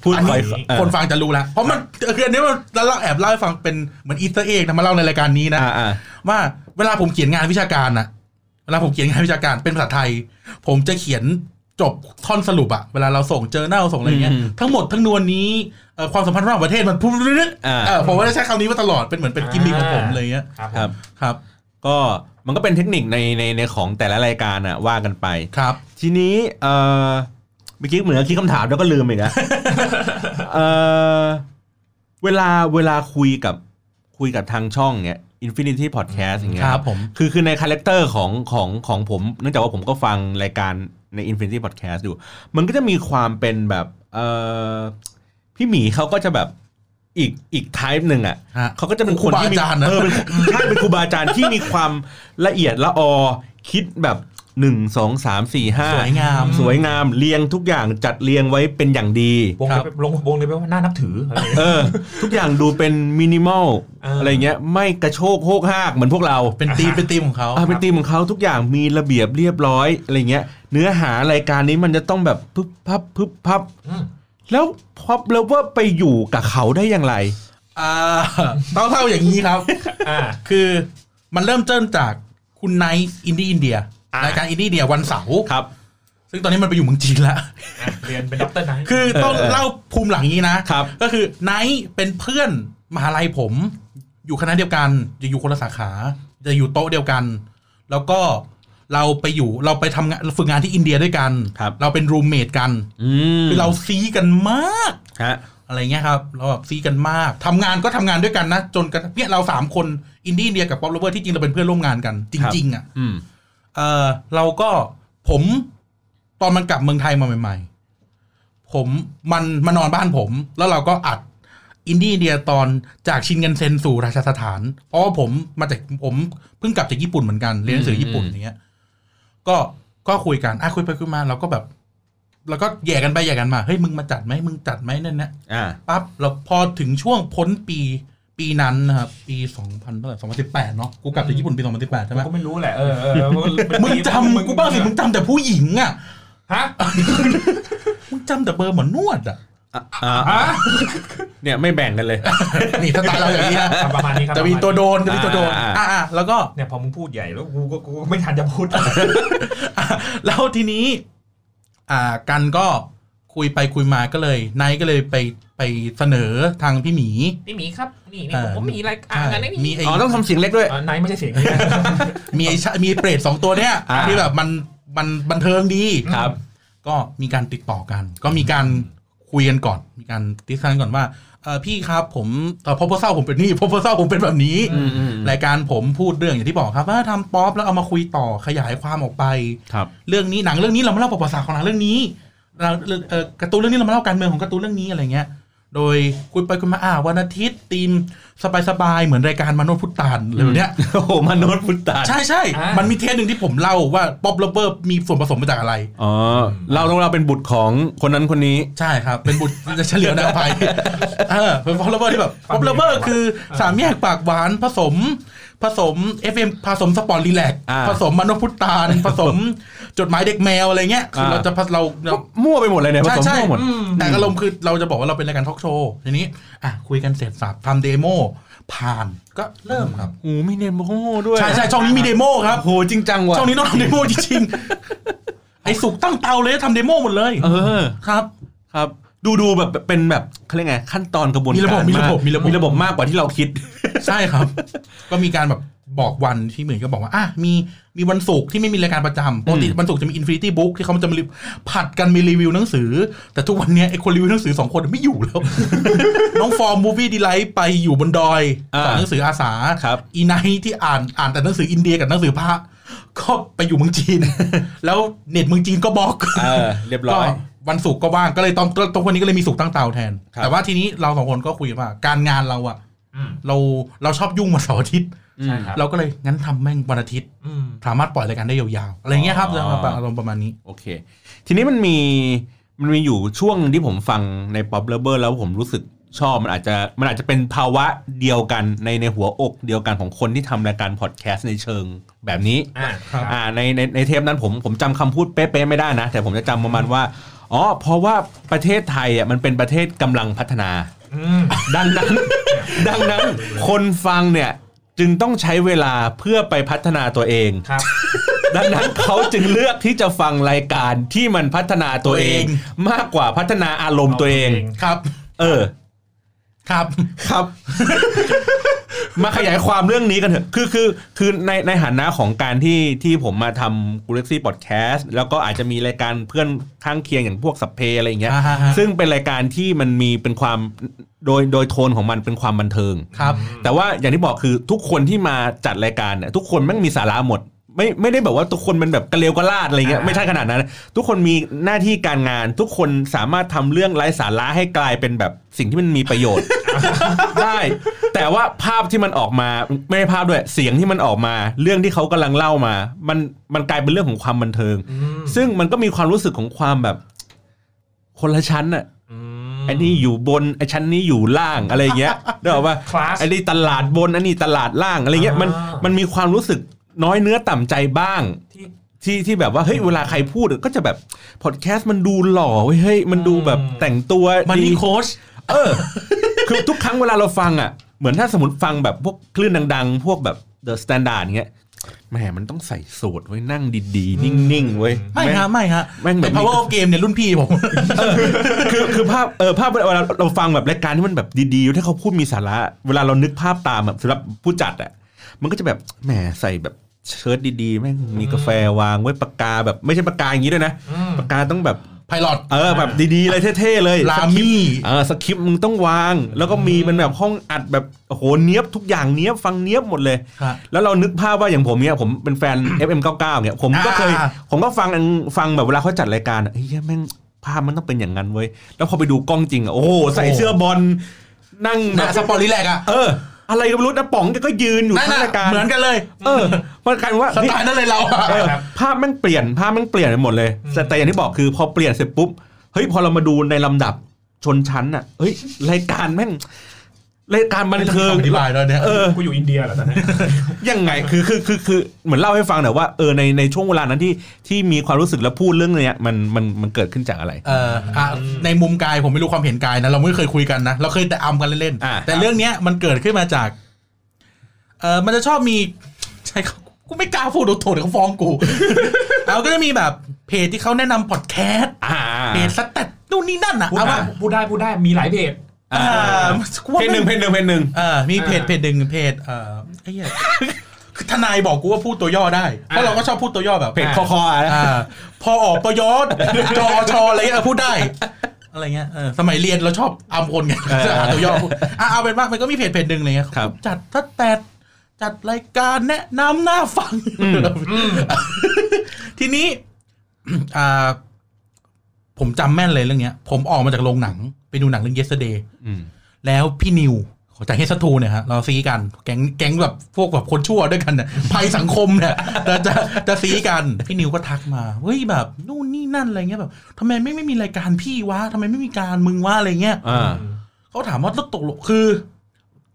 Speaker 1: พูด
Speaker 2: อัน
Speaker 1: คอย
Speaker 2: นี้
Speaker 1: เออ
Speaker 2: คนฟังจะรู้แล้ว เพราะมันคืออันนี้มันเราแอบเล่าให้ฟังเป็นเหมือนอีสเตอร์เอ็กนะมาเล่าในรายการนี้นะ
Speaker 1: อ่าอ่า
Speaker 2: ว่าเวลาผมเขียนงานวิชาการอะเวลาผมเขียนงานวิชาการเป็นภาษาไทย ผมจะเขียนจบท่อนสรุปอะเวลาเราส่งเจอเน่าส่งอะไรเงี้ยทั้งหมดทั้งนวลนี้เอ่อความสัมพันธ์ระหว่างประเทศมันพุ่งเรื่อยๆ
Speaker 1: อ่า
Speaker 2: เออผมว่าจะใช้คำนี้มาตลอดเป็นเหมือนเป็นกิมมิคของผม
Speaker 3: อ่า
Speaker 2: เลยเงี้ย
Speaker 3: ครับ
Speaker 1: ค
Speaker 3: ผ
Speaker 1: รับ
Speaker 3: ม
Speaker 2: ครับ
Speaker 1: ก็มันก็เป็นเทคนิคในในในของแต่ละรายการอะว่ากันไป
Speaker 2: ครับ
Speaker 1: ทีนี้เออเมื่อกี้เหมือนคิดคำถามแล้วก็ลืมอีกนะ *laughs* เออเวลาเวลาคุยกับคุยกับทางช่องเนี้ย Infinity Podcast อย่างเงี้ย
Speaker 2: ครับผม
Speaker 1: คือคือในคาแรคเตอร์ของของของผม เนื่องจากว่าผมก็ฟังรายการใน Infinity Podcast อยู่ มันก็จะมีความเป็นแบบเออพี่หมีเขาก็จะแบบอีกอีกไทป์หนึ่งอ่ะ
Speaker 2: ฮะ
Speaker 1: เขาก็จะเป็นคนที่มี
Speaker 2: ครูบาอาจารย์นะ
Speaker 1: เออเป็นใช่เป็นครูบาอาจารย์ที่มีความละเอียดละออ คิดแบบหนึ่งสองสามสี่ห้า
Speaker 2: สวยงาม
Speaker 1: สวยงามเรียงทุกอย่างจัดเรียงไว้เป็นอย่างดี
Speaker 3: วง
Speaker 2: ครับ
Speaker 3: เลยลงวงเลยไปว่าน่านับถืออะไรอย่างเงี้ย
Speaker 1: เออ ทุกอย่างดูเป็นมินิมอล
Speaker 3: เอออ
Speaker 1: อะไรเงี้ย ไม่กระโชกโฮกหากเหมือนพวกเรา
Speaker 2: เป็นธีมเป็นธีมของเขา
Speaker 1: อ่ะเป็นธีมของเขาทุกอย่างมีระเบียบเรียบร้อยอะไรเงี้ย เนื้อหารายการนี้มันจะต้องแบบพึบพับพึบพับ
Speaker 3: อืม
Speaker 1: แล้วพอบแล้วว่าไปอยู่กับเขาได้อย่างไร
Speaker 2: อ่าต้องเล่าอย่างนี้
Speaker 1: *laughs*
Speaker 2: ครับ
Speaker 3: อ่า
Speaker 2: คือมันเริ่มเจิ้นจากคุณไนท์อินดี้อินเดีย
Speaker 3: อ่ะ
Speaker 2: รายการอินดี้อินเดียวันเสาร์
Speaker 1: ครับ
Speaker 2: ซึ่งตอนนี้มันไปอยู่เมืองจีนแล้ว
Speaker 3: อ่ะเรียนเป็นด็อกเตอร์นะ
Speaker 2: คือต้อง
Speaker 1: เออเออ
Speaker 2: เล่าภูมิหลังอย่างนี้นะ
Speaker 1: ครับ
Speaker 2: ก็คือไนท์เป็นเพื่อนมหาลัยผม อยู่คณะเดียวกันจะอยู่คนละสาขา จะอยู่โต๊ะเดียวกัน แล้วก็เราไปอยู่เราไปทำงานฝึกงานที่อินเดียด้วยกัน
Speaker 1: ครับ
Speaker 2: เราเป็นรูมเมทกัน
Speaker 1: อืม
Speaker 2: คือเราซีกันมาก
Speaker 1: ฮะ
Speaker 2: อะไรเงี้ยครับ เราแบบซีกันมากทำงานก็ทำงานด้วยกันนะ จนกระทั่งเนี่ยเราสามคนอินดี้อินเดียกับป๊อปโรเวอร์ที่จริงเราเป็นเพื่อนร่วมงานกัน จริง ๆอ่ะ
Speaker 1: อืม
Speaker 2: เออเราก็ผมตอนมันกลับเมืองไทยมาใหม่ ๆ ผมมันมานอนบ้านผม แล้วเราก็อัด อินดี้อินเดียตอนจากชินกันเซนสู่ราชสถาน เพราะว่าผมมาจากผมเพิ่งกลับจากญี่ปุ่นเหมือนกันเรียนหนังสือญี่ปุ่นอย่างเงี้ย ก็ก็คุยกันอ่ะคุยไปคุยมาเราก็แบบเราก็แย่กันไปแย่กันมาเฮ้ยมึงมาจัดไหมมึงจัดไหมนั่นนะ
Speaker 1: อ่า
Speaker 2: ปั๊บเราพอถึงช่วงพ้นปีปีนั้นนะครับปีสองพันเท่าไหร่สองพันสิบแปดเนาะกูกลับจากญี่ปุ่นปีสองพันสิบแปดใช่ไหม
Speaker 3: ก็ไม่รู้แหละเออ
Speaker 2: *laughs*
Speaker 3: เออเออ
Speaker 2: มึงจำกูบ้างสิมึงจำแต่ผู้หญิงอ่ะ
Speaker 3: ฮะ
Speaker 2: มึงจำแต่เบอร์หมอนวดอ่ะ
Speaker 1: อ่า
Speaker 3: ฮะ
Speaker 1: เนี่ยไม่แบ่งกันเลย
Speaker 2: *laughs* นี่ถ้าตายเราอย่าง *laughs* นี้นะ
Speaker 3: อ่ะประมาณนี้ครับ
Speaker 2: จะมีตัวโดนจะมี
Speaker 1: อ่า
Speaker 2: ตัวโดน
Speaker 1: อ่า
Speaker 2: อ่าแล้วก็
Speaker 3: เนี่ยพอมึงพูดใหญ่แล้วกูก็กูก็ไม่ทันจะ *laughs* พูด
Speaker 2: แล้วทีนี้ อ่ากันก็คุยไปคุยมาก็เลยไนท์ก็เลยไปไปเสนอทางพี่หมี
Speaker 3: พี่หมีครับ นี่
Speaker 2: เอ
Speaker 3: นี่
Speaker 2: อ
Speaker 3: ผมมีอะไรอ่านกันได้
Speaker 2: มี
Speaker 3: นี่
Speaker 2: ไอ้
Speaker 1: อ๋อต้องทำเสียงเล็กด้วย
Speaker 3: เออไนท์ไม่ใช่เสียงนี้
Speaker 2: มีไอ้ชะมีเปรตสองตัวเนี้ย
Speaker 1: อ่า
Speaker 2: ที่แบบมันมันบันเทิงดี
Speaker 1: ครับ
Speaker 2: ก็มีการติดต่อกัน ก็มีการคุยกันก่อน มีการติดกันก่อนว่าเออพี่ครับผมเออพอพเศร้าผมเป็นนี่ *laughs* พอพเศร้าผมเป็นแบบนี้
Speaker 1: อืมอืม
Speaker 2: รายการผมพูดเรื่องอย่างที่บอกครับว่าทำป๊อปแล้วเอามาคุยต่อขยายความออกไป
Speaker 1: ครับ
Speaker 2: เรื่องนี้หนังเรื่องนี้เรามาเล่าประวัติศาสตร์ของหนังเรื่องนี้เราเอ่อการ์ตูนเรื่องนี้เรามาเล่าการเมืองของการ์ตูนเรื่องนี้อะไรเงี้ย โดยคุยไปคุยมาอ่าวันอาทิตย์ธีมสบายๆเหมือนรายการมโนพุทธานเลยเนี้ย
Speaker 1: โอ้โหมนุษย์พุทธา
Speaker 2: ใช่ใช่
Speaker 3: อ่ามั
Speaker 2: มันมีเทปหนึ่งที่ผมเล่าว่าป๊อปเลเวอร์มีส่วนผสมมาจากอะไร
Speaker 1: อ๋อ เราต้องเราเป็นบุตรของคนนั้นคนนี้
Speaker 2: ใช่ครับ เป็นบุตร เฉลียวนาภัยเออเป็นป๊อปเลเวอร์ที่แบบป๊อปเลเวอร์คือสามแยกปากหวานผสม ผสม FM ผสมสปอร์ตรีแลกซ์
Speaker 1: อ่า
Speaker 2: ผสมมโนพุทธาน ผสมจดหมายเด็กแมวอะไรเงี้ยคืออา เราจะผสเราเรา
Speaker 1: มั่วไปหมดเลยเนี่ยผ
Speaker 2: ใช่
Speaker 1: สม
Speaker 2: ใช่
Speaker 1: มั่วหมด
Speaker 2: อืมแต่อารมณ์คือเราจะบอกว่าเราเป็นรายการทอล์กโชว์ทีนี้อ่ะคุยกันเสร็จสับทำเดโมผ่านก็เริ่มครับ
Speaker 1: โอ้โหมีเนมโง่ด้วย
Speaker 2: ใช่ใช่ช่องนี้มีเดโมครับ
Speaker 1: โอ้โหจริงจังว่ะ
Speaker 2: ช่องนี้ต้องทำเดโมจริงๆไอ้สุกตั้งเตาเลยทำเดโมหมดเลย
Speaker 1: เออ
Speaker 2: ครับ
Speaker 1: ครับ ดูดูแบบเป็นแบบเขาเรียกไงขั้นตอนกระบวนการ
Speaker 2: มีระบบมีระบบมี
Speaker 1: มี
Speaker 2: ระ
Speaker 1: ระ
Speaker 2: บบ บบ
Speaker 1: มีระบบมากกว่าที่เราคิด
Speaker 2: ใช่ครับ ก็มีการแบบบอกวันที่เหมือนก็บอกว่าอ่ะมีมีวันศุกร์ที่ไม่มีรายการประจำปกติวันศุกร์จะมี Infinity Book ที่เขาจะมารีวิวผัดกันมีรีวิวหนังสือ แต่ทุกวันเนี้ยไอ้คนรีวิวหนังสือสองคนไม่อยู่แล้ว *laughs* น้องฟอร์มมูฟี่ดีไลท์ไปอยู่บนดอย
Speaker 1: อ่า
Speaker 2: สอนหนังสืออาสา
Speaker 1: ครับ
Speaker 2: อีไนท์ที่อ่านอ่านแต่หนังสืออินเดียกับหนังสือพระก็ไปอยู่เมืองจีน แล้วเน็ตเมืองจีนก็บล็อก
Speaker 1: เออเรียบ
Speaker 2: ก็
Speaker 1: ร้อย
Speaker 2: วันศุกร์ก็ว่างก็เลยตอนตอนวันนี้ก็เลยมีศุกร์ตั้งเตาแทน
Speaker 1: ครับ
Speaker 2: แต่ว่าทีนี้เราสองคนก็คุยว่าการงานเราอะ
Speaker 3: อืม
Speaker 2: เราเราชอบยุ่งวันเสาร์อาทิตย์
Speaker 1: อื
Speaker 3: ใช่
Speaker 1: ม
Speaker 3: ครับ
Speaker 2: เราก็เลยงั้นทำแม่งวันอาทิตย์
Speaker 3: อืม
Speaker 2: สามารถปล่อยรายการได้ยาวๆ อะไรเงี้ยครับ
Speaker 1: อ๋อ
Speaker 2: อารมณ์ประมาณนี้
Speaker 1: โอเค ทีนี้มันมีมันมีอยู่ช่วงที่ผมฟังใน Pop l o v e r แล้วผมรู้สึกชอบมันอาจจะมันอาจจะเป็นภาวะเดียวกันในในหัวอกเดียวกันของคนที่ทำรายการพอดแคสต์ในเชิงแบบนี้
Speaker 3: อ่า
Speaker 2: ครับ
Speaker 1: อ่าในในในเทปนั้นผมผมจำคำพูดเป๊ะๆไม่ได้นะ แต่ผมจะจำประมาณว่าอ๋อเพราะว่าประเทศไทยอ่ะมันเป็นประเทศกำลังพัฒนา
Speaker 3: อืม
Speaker 1: ดังนั้น *laughs* ดังนั้น คนฟังเนี่ยจึงต้องใช้เวลาเพื่อไปพัฒนาตัวเอง
Speaker 3: ครับ
Speaker 1: ดังนั้นเขาจึงเลือกที่จะฟังรายการที่มันพัฒนาตัวเอง
Speaker 2: ตัวเอ
Speaker 1: มากกว่าพัฒนาอารมณ์ตัวเอง
Speaker 3: เอาตัวเอง
Speaker 2: ครับ
Speaker 1: เออ
Speaker 2: ครับ
Speaker 1: ครับ *laughs* มาขยายความเรื่องนี้กันเถอะ คือคือคือในในฐานะของการที่ที่ผมมาทำกูเล็กซี่พอดแคสต์แล้วก็อาจจะมีรายการเพื่อนข้างเคียงอย่างพวกสัพเพอะไรอย่างเงี้ย
Speaker 2: อ่าฮะฮะ
Speaker 1: ซึ่งเป็นรายการที่มันมีเป็นความโดยโดยโทนของมันเป็นความบันเทิง
Speaker 2: ครับ
Speaker 1: แต่ว่าอย่างที่บอกคือทุกคนที่มาจัดรายการเนี่ยทุกคนแม่งมีสาระหมด ไม่ไม่ได้แบบว่าทุกคนเป็นแบบกระเลวกระลาดอะไรเงี้ย
Speaker 3: อ่า
Speaker 1: ไม่ใช่ขนาดนั้น ทุกคนมีหน้าที่การงาน ทุกคนสามารถทำเรื่องไร้สาระให้กลายเป็นแบบสิ่งที่มันมีประโยชน์ *laughs* ได้ แต่ว่าภาพที่มันออกมาไม่ใช่ภาพด้วยเสียงที่มันออกมา เรื่องที่เขากำลังเล่ามา มันมันกลายเป็นเรื่องของความบันเทิง
Speaker 3: อืม
Speaker 1: ซึ่งมันก็มีความรู้สึกของความแบบ คนละชั้นอะ
Speaker 3: อืม
Speaker 1: ไอันนี้อยู่บนไอ้ชั้นนี้อยู่ล่างอะไรอย่างเงี้ย ได้บอกว่า
Speaker 3: Class
Speaker 1: ไอ้นี่ตลาดบนอันนี้ตลาดล่างอะไรเงี้ยมัน
Speaker 3: อ่ามั
Speaker 1: มันมีความรู้สึกน้อยเนื้อต่ำใจบ้าง
Speaker 3: ที่
Speaker 1: ที่ที่แบบว่าเฮ้ยเวลาใครพูดก็จะแบบพอดแคสต์มันดูหล่อเว้ยเฮ้ยมันดูแบบ
Speaker 3: อืม
Speaker 1: แต่งตัว
Speaker 2: มัน
Speaker 1: ดี
Speaker 2: นี่โค้ช
Speaker 1: เออ คือทุกครั้งเวลาเราฟังอ่ะ เหมือนถ้าสมมติฟังแบบพวกคลื่นดัง ๆ พวกแบบเดอะสแตนดาร์ดเงี้ยแหมมันต้องใส่สูทไว้นั่งดีๆ นิ่งๆเว้ย
Speaker 2: ไม่ฮะไม่ฮะ
Speaker 1: แม่งแบบ
Speaker 2: แต่ power of game เนี่ยรุ่นพี่ผม
Speaker 1: คือคือภาพเออภาพเวลาเราฟังแบบรายการที่มันแบบดีๆถ้าเขาพูดมีสาระ เวลาเรานึกภาพตามแบบสำหรับผู้จัดอ่ะมันก็จะแบบแหมใส่แบบเชิ้ตดีๆแม่งมีกาแฟวางไว้ปากกาแบบไม่ใช่ปากกาอย่างนี้ด้วยนะ
Speaker 3: อืม
Speaker 1: ปากกาต้องแบบ
Speaker 2: ไพลอ
Speaker 1: *laughs*
Speaker 2: ต
Speaker 1: เออแบบดีๆเลยเท่
Speaker 2: *laughs*
Speaker 1: ๆเลย
Speaker 2: ลามี่
Speaker 1: เออสคริปต์มึงต้องวาง แล้วก็มีเป็นแบบห้องอัดแบบโอ้โหเนี้ยบทุกอย่างเนี้ยบฟังเนี้ยบหมดเลย
Speaker 2: ฮะ
Speaker 1: แล้วเรานึกภาพว่าอย่างผมเนี่ยผมเป็นแฟน FM99 เนี่ยผมก็เคย
Speaker 2: อ่า
Speaker 1: ผมก็ฟังฟังแบบเวลาเขาจัดรายการอะเฮ้ยแม่งภาพมันต้องเป็นอย่างนั้นเว้ยแล้วพอไปดูกล้องจริงอ่ะโอ้โหใส่เสื้อบอล นั่งแบ
Speaker 2: นะ
Speaker 1: บ
Speaker 2: สปอร์ตลิแลกอะ
Speaker 1: เออ อะไรก็ไม่รู้นะป๋องแกก็ยืนอยู่
Speaker 2: นั่น
Speaker 1: ข้าง
Speaker 2: น่ะ
Speaker 1: รายการ
Speaker 2: เหมือนกันเลย
Speaker 1: เออมันกลายเป็นว่า
Speaker 2: ส
Speaker 1: นี่
Speaker 2: ไตล์นั่นเลยเราอะ
Speaker 1: เออ
Speaker 3: ครับ
Speaker 1: ภาพมันเปลี่ยนภาพมันเปลี่ยนไปหมดเลย
Speaker 3: อืม
Speaker 1: แต่แต่อย่างที่บอกคือพอเปลี่ยนเสร็จปุ๊บเฮ้ยพอเรามาดูในลำดับชนชั้นอ่ะเฮ้ยรายการแม่งรายการบันเทิง
Speaker 2: คำอธิบายแล้วเนี่ย
Speaker 1: เออ
Speaker 3: กูอยู่อินเดียเหรอตอนนี้
Speaker 1: ยังไงคือคือคือคือเหมือนเล่าให้ฟังหน่อยว่าเออในในช่วงเวลานั้นที่ที่มีความรู้สึกและพูดเรื่องเนี้ยมันมันมันเกิดขึ้นจากอะไร
Speaker 2: เอออ่ะในมุมกายผมไม่รู้ความเห็นกายนะ เราไม่เคยคุยกันนะ เราเคยแต่อำกันเล่น
Speaker 1: อ่า
Speaker 2: ๆแต่เรื่องเนี้ยมันเกิดขึ้นมาจาก เออมันจะชอบมี *laughs* ใช่ครับกูไม่กล้าพูดโถเดี๋ยวเขาฟ้องกู *laughs* เอาก็จะมีแบบเพจที่เขาแนะนำพอดแคสต์
Speaker 1: อ่า
Speaker 2: เพจสแตทนู่นนี่นั่นอ่ะ
Speaker 3: พูด
Speaker 2: เอา
Speaker 3: ได้
Speaker 2: ว่า
Speaker 3: พูดได้พูดได้มีหลายเพจ
Speaker 1: อ่าเพลงหนึ่งเพลงหนึ่งเพลงหนึ่ง
Speaker 2: เออมีเพจ
Speaker 3: อ่า
Speaker 2: เพจหนึ่งเพจเออไอ้เหี้ย *laughs* คือทนายบอกกูว่าพูดตัวย่อได้เพราะ
Speaker 3: อ่า
Speaker 2: เราก็ชอบพูดตัวย่อแบบ
Speaker 1: เพลงคอคออ่ะนะ
Speaker 2: อ่าพอออกประยศ *laughs* จอชออะไรเงี้ยเออพูดได้ อะไรเงี้ยเออสมัยเรียนเราชอบอำคนไง
Speaker 1: เออ
Speaker 2: จะหาตัว *laughs* ย่อพูดอ่ะเอาเป็นว่ามันก็มีเพจเพจหนึ่งอะไรเงี้ย
Speaker 1: ครับ
Speaker 2: จัดทัดแตดจัดรายการแนะนำหน้าฟัง *laughs* ทีนี้ อ่า ผมจำแม่นเลยเรื่องเนี้ย ผมออกมาจากโรงหนัง ไปดูหนังเรื่อง yesterday
Speaker 1: อืม
Speaker 2: แล้วพี่นิวจากเฮสทูเนี่ยฮะเราซีกัน แก๊งแก๊งแบบพวกแบบคนชั่วด้วยกันเนี่ย *laughs* ภัยสังคมเนี่ย *laughs* จะจะจะซีกัน พี่นิวก็ทักมาเฮ้ยแบบนู่นนี่นั่นอะไรเงี้ยแบบทำไมไม่ไม่มีรายการพี่วะทำไมไม่มีการมึงวะอะไรเงี้ย
Speaker 1: อ่า
Speaker 2: เขาถามว่าแล้วตกลงคือ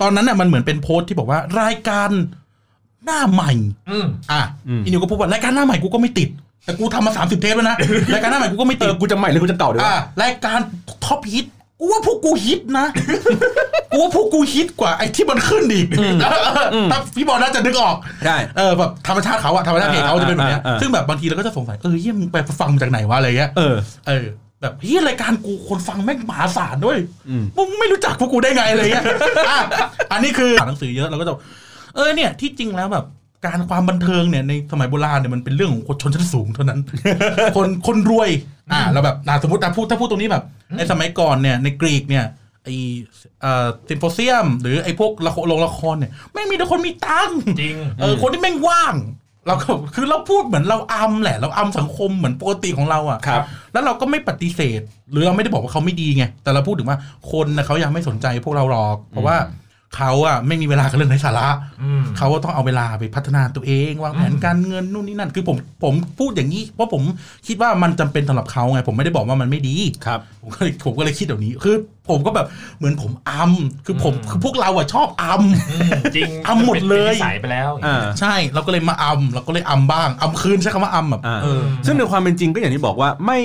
Speaker 2: ตอนนั้นน่ะมันเหมือนเป็นโพสต์ที่บอกว่ารายการหน้าใหม่
Speaker 3: อืม
Speaker 2: อ่ะพี่นิวก็พูดว่ารายการหน้าใหม่กูก็ไม่ติด แต่กูทำมาสามสิบเทปแล้วนะ *laughs* รายการหน้าใหม่กูก็ไม่
Speaker 1: เอ
Speaker 2: ติ
Speaker 1: อ
Speaker 2: ด
Speaker 1: กูจะใหม่หรือกูจะเก่าดีวะ
Speaker 2: อ่ะรายการท็อปฮิตกูว่าพวกกูฮิตนะ *laughs* กูว่าพวกกูฮิตกว่าไอ้ที่มันขึ้นอีก *laughs* ถ้าพี่บอลน่าจะนึกออก
Speaker 1: ใช่
Speaker 2: เออแบบธรรมชาติเขาอะธรรมชาติเพลงเขาจะเป็นแบบเนี้ย
Speaker 1: อ่าอ่าอ่า
Speaker 2: ซึ่งแบบบางทีเราก็จะสงสัยเออเฮียมึงไปฟังมาจากไหนวะอะไรเงี้ย
Speaker 1: เออ
Speaker 2: เออแบบเฮียรายการกูคนฟังแม่งมหาศาลด้วย
Speaker 1: อืม
Speaker 2: มึงไม่รู้จักพวกกูได้ไงอะไรเงี้ย *laughs* อ่ะอันนี้คืออ่านหนังสือเยอะเราก็จะเออเนี่ยที่จริงแล้วแบบการความบันเทิงเนี่ยในสมัยโบราณเนี่ยมันเป็นเรื่องของคนชนชั้นสูงเท่า *laughs* นั้น คนคนรวย อ่าเราแบบอ่ะสมมติอ่ะพูดถ้าพูดตรงนี้แบบ ในสมัยก่อนเนี่ยในกรีกเนี่ยไอเอ่อซิมโพเซียม หรือไอพวกละครโรงละครเนี่ยไม่งมีแต่คนมีตังค์
Speaker 3: จริง
Speaker 2: เออคนที่แม่งว่างเราก็คือเราพูดเหมือนเราอำแหละ เราอำสังคมเหมือนปกติของเราอ่ะ
Speaker 1: ครับ
Speaker 2: แล้วเราก็ไม่ปฏิเสธ หรือเราไม่ได้บอกว่าเขาไม่ดีไงแต่เราพูดถึงว่าคนนะเขายังไม่สนใจพวกเราหรอก เพราะว่าเขาอ่ะไม่มีเวลากับเรื่องไร้สาระ
Speaker 3: อืม
Speaker 2: เขาก็ต้องเอาเวลาไปพัฒนาตัวเองวางแผน
Speaker 3: อืม
Speaker 2: การเงินนู่นนี่นั่น คือผมผมพูดอย่างนี้ เพราะผมคิดว่ามันจำเป็นสำหรับเขาไง ผมไม่ได้บอกว่ามันไม่ดี
Speaker 1: ครับ
Speaker 2: ผมก็เลยผมก็เลยคิดแบบนี้ คือ ผมก็แบบเหมือนผมอำ คือผมคือพวกเราอะชอบอำ
Speaker 3: อืมจริง
Speaker 2: เอาหมดเลย
Speaker 3: ป็นนิสายไปแล้ว
Speaker 1: อ่า
Speaker 2: ใช่เราก็เลยมาอำเราก็เลยอำบ้างอำคืนใช้คำว่าอำแบบ
Speaker 1: อ่า
Speaker 2: เออ
Speaker 1: ซึ่งในความเป็นจริงก็อย่างที่บอกว่าไม่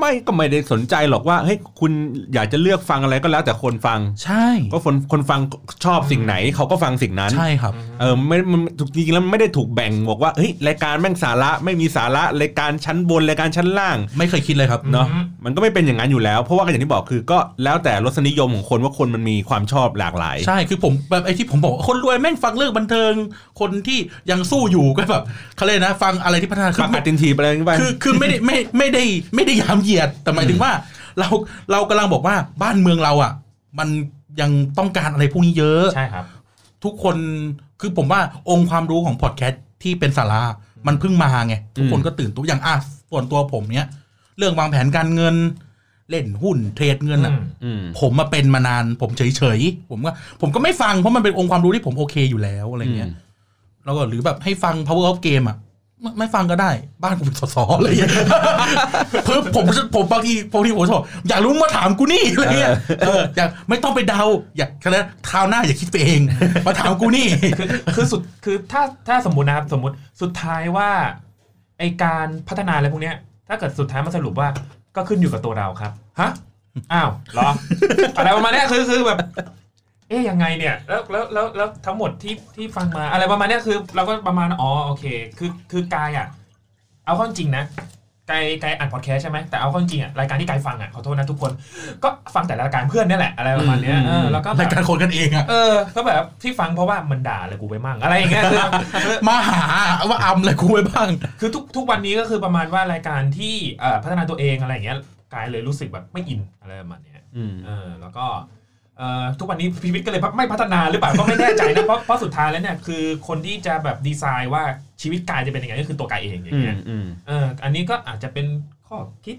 Speaker 1: ไม่ก็ไม่ได้สนใจหรอกว่าเฮ้ยคุณอยากจะเลือกฟังอะไรก็แล้วแต่คนฟัง
Speaker 2: ใช่
Speaker 1: ก็คนคนฟังชอบสิ่งไหนเขาก็ฟังสิ่งนั้น
Speaker 2: ใช่ครับ
Speaker 1: เออไม่มันจริงๆแล้วมันไม่ได้ถูกแบ่งบอกว่าเฮ้ยรายการแม่งสาระไม่มีสาระรายการชั้นบนรายการชั้นล่าง
Speaker 2: ไม่เคยคิดเลยครับ
Speaker 1: เนาะ
Speaker 3: อืม
Speaker 1: มันก็ไม่เป็นอย่างนั้นอยู่แล้ว เพราะว่าก็อย่างที่บอกคือก็แล้วแต่รสนิยมของคนว่าคนมันมีความชอบหลากหลาย
Speaker 2: ใช่ คือผมแบบไอ้ที่ผมบอกว่าคนรวยแม่งฟังเรื่องบันเทิง คนที่ยังสู้อยู่ก็แบบเขาเลยกนะ ฟังอะไรที่พัฒนาขึ้
Speaker 1: ปาก
Speaker 2: น
Speaker 1: กัดตินทีไปอะไรอย่างนี้ไป
Speaker 2: คือคือไม่ได้ไม่ไม่ได้ไม่ได้ยามเหยียดแต่หมายถึงว่า เราเรากำลังบอกว่าบ้านเมืองเราอ่ะ มันยังต้องการอะไรพวกนี้เยอะ
Speaker 3: ใช่ครับ
Speaker 2: ทุกคนคือผมว่าองค์ความรู้ของพอดแคสต์ที่เป็นสาระมันเพิ่งมาไง ทุกคนก็ตื่นตัวอย่างอ่ะส่วนตัวผมเนี้ยเรื่องวางแผนการเงิน เล่นหุ้นเทรดเงินอ่ะ
Speaker 3: อืม
Speaker 1: อืม
Speaker 2: ผมมาเป็นมานาน ผมเฉยๆผมก็ผมก็ไม่ฟังเพราะมันเป็นองค์ความรู้ที่ผมโอเคอยู่แล้วอะไรเงี้ย
Speaker 1: อืม
Speaker 2: แล้วก็หรือแบบให้ฟัง power of game อ่ะไม่ไม่ฟังก็ได้ บ้านกูเป็นสสอะไรเงี้ยเพิ่มผมผมบางทีบางทีผมชอบอยากรู้มาถามกูนี่อะไรเงี้ยเอออยากไม่ต้องไปเดา อยากคะแนนคราวหน้าอย่าคิดไปเอง มาถามกูนี่
Speaker 3: คือคือสุดคือถ้าถ้าสมมตินะครับ สมมติสุดท้ายว่าไอการพัฒนาอะไรพวกเนี้ย ถ้าเกิดสุดท้ายมาสรุปว่าก็ขึ้นอยู่กับตัวเราครับ
Speaker 2: ฮะ
Speaker 3: อ้าวเหรอ อะไรประมาณเนี้ยคือคือแบบ เอ๊ยยังไงเนี่ย แล้วแล้วแล้วแล้วทั้งหมดที่ที่ฟังมา อะไรประมาณเนี้ยคือเราก็ประมาณอ๋อโอเค คือคือกายอ่ะ เอาเข้อจริงนะกายกายอ่านพอดแคสต์ใช่ไหมแต่เอาเข้อจริงอ่ะรายการที่กายฟังอ่ะขอโทษนะทุกคน ก็ฟังแต่ละรายการเพื่อนเนี่ยแหละอะไรประมาณเนี้ยเออแล้วก็แบ
Speaker 2: ราย
Speaker 3: บ
Speaker 2: การคนกันเองอ่ะ
Speaker 3: เออก็แบบที่ฟังเพราะว่ามันด่าเลยกูไปมั่งอะไรอย่างเงี้ยคือคือ
Speaker 2: มาหาว่าอำอะไรกูไว้บ้าง
Speaker 3: คือทุกทุกวันนี้ก็คือประมาณว่ารายการที่เอ่อพัฒนาตัวเองอะไรอย่างเงี้ยกายเลยรู้สึกแบบไม่อินอะไรประมาณเนี้ย
Speaker 1: อืม
Speaker 3: เออแล้วก็เอ่อทุกวันนี้ชีวิตก็เลยไม่พัฒนาหรือเปล่าก็ไม่แน่ใจนะเพราะเพราะสุดท้ายแล้วเนี่ยคือคนที่จะแบบดีไซน์ว่าชีวิตกายจะเป็นยังไงก็คือตัวกายเองอย่างเงี้ย
Speaker 1: อืม
Speaker 3: เอออันนี้ก็อาจจะเป็นข้อคิด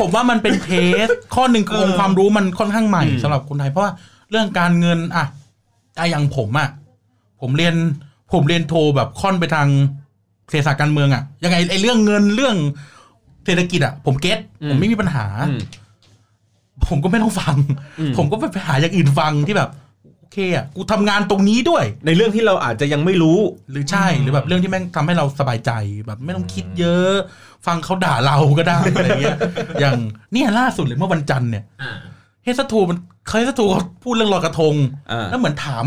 Speaker 2: ผมว่ามันเป็นเทส *laughs* ข้อหนึ่งคือ
Speaker 3: เออ
Speaker 2: องค์ความรู้มันค่อนข้างใหม่
Speaker 1: อืม
Speaker 2: สำหรับคนไทยเพราะว่า เรื่องการเงินอะอะอย่างผมอะผมเรียนผมเรียนโทแบบค่อนไปทางเศรษฐศาสตร์การเมืองอะยังไงไอเรื่องเงินเรื่องเศรษฐกิจอะผมเก็ต
Speaker 1: อืม
Speaker 2: ผมไม่มีปัญหา
Speaker 1: อืม
Speaker 2: ผมก็ไม่ต้องฟัง
Speaker 1: อืม
Speaker 2: ผมก็ไปหาอย่างอื่นฟังที่แบบ โอเคอะกูทำงานตรงนี้ด้วย
Speaker 1: ในเรื่องที่เราอาจจะยังไม่รู้
Speaker 2: หรือใช่หรือแบบเรื่องที่แม่งทำให้เราสบายใจแบบไม่ต้องคิดเยอะ ฟังเขาด่าเราก็ได้ อะไรเงี้ยอย่างเนี่ยล่าสุดเลยเมื่อวันจันทร์เนี่ย
Speaker 3: อ่า
Speaker 2: เฮสทูมันเคยเฮสทูเขาพูดเรื่องลอยกระทง
Speaker 1: อ่า
Speaker 2: แล้วเหมือนถาม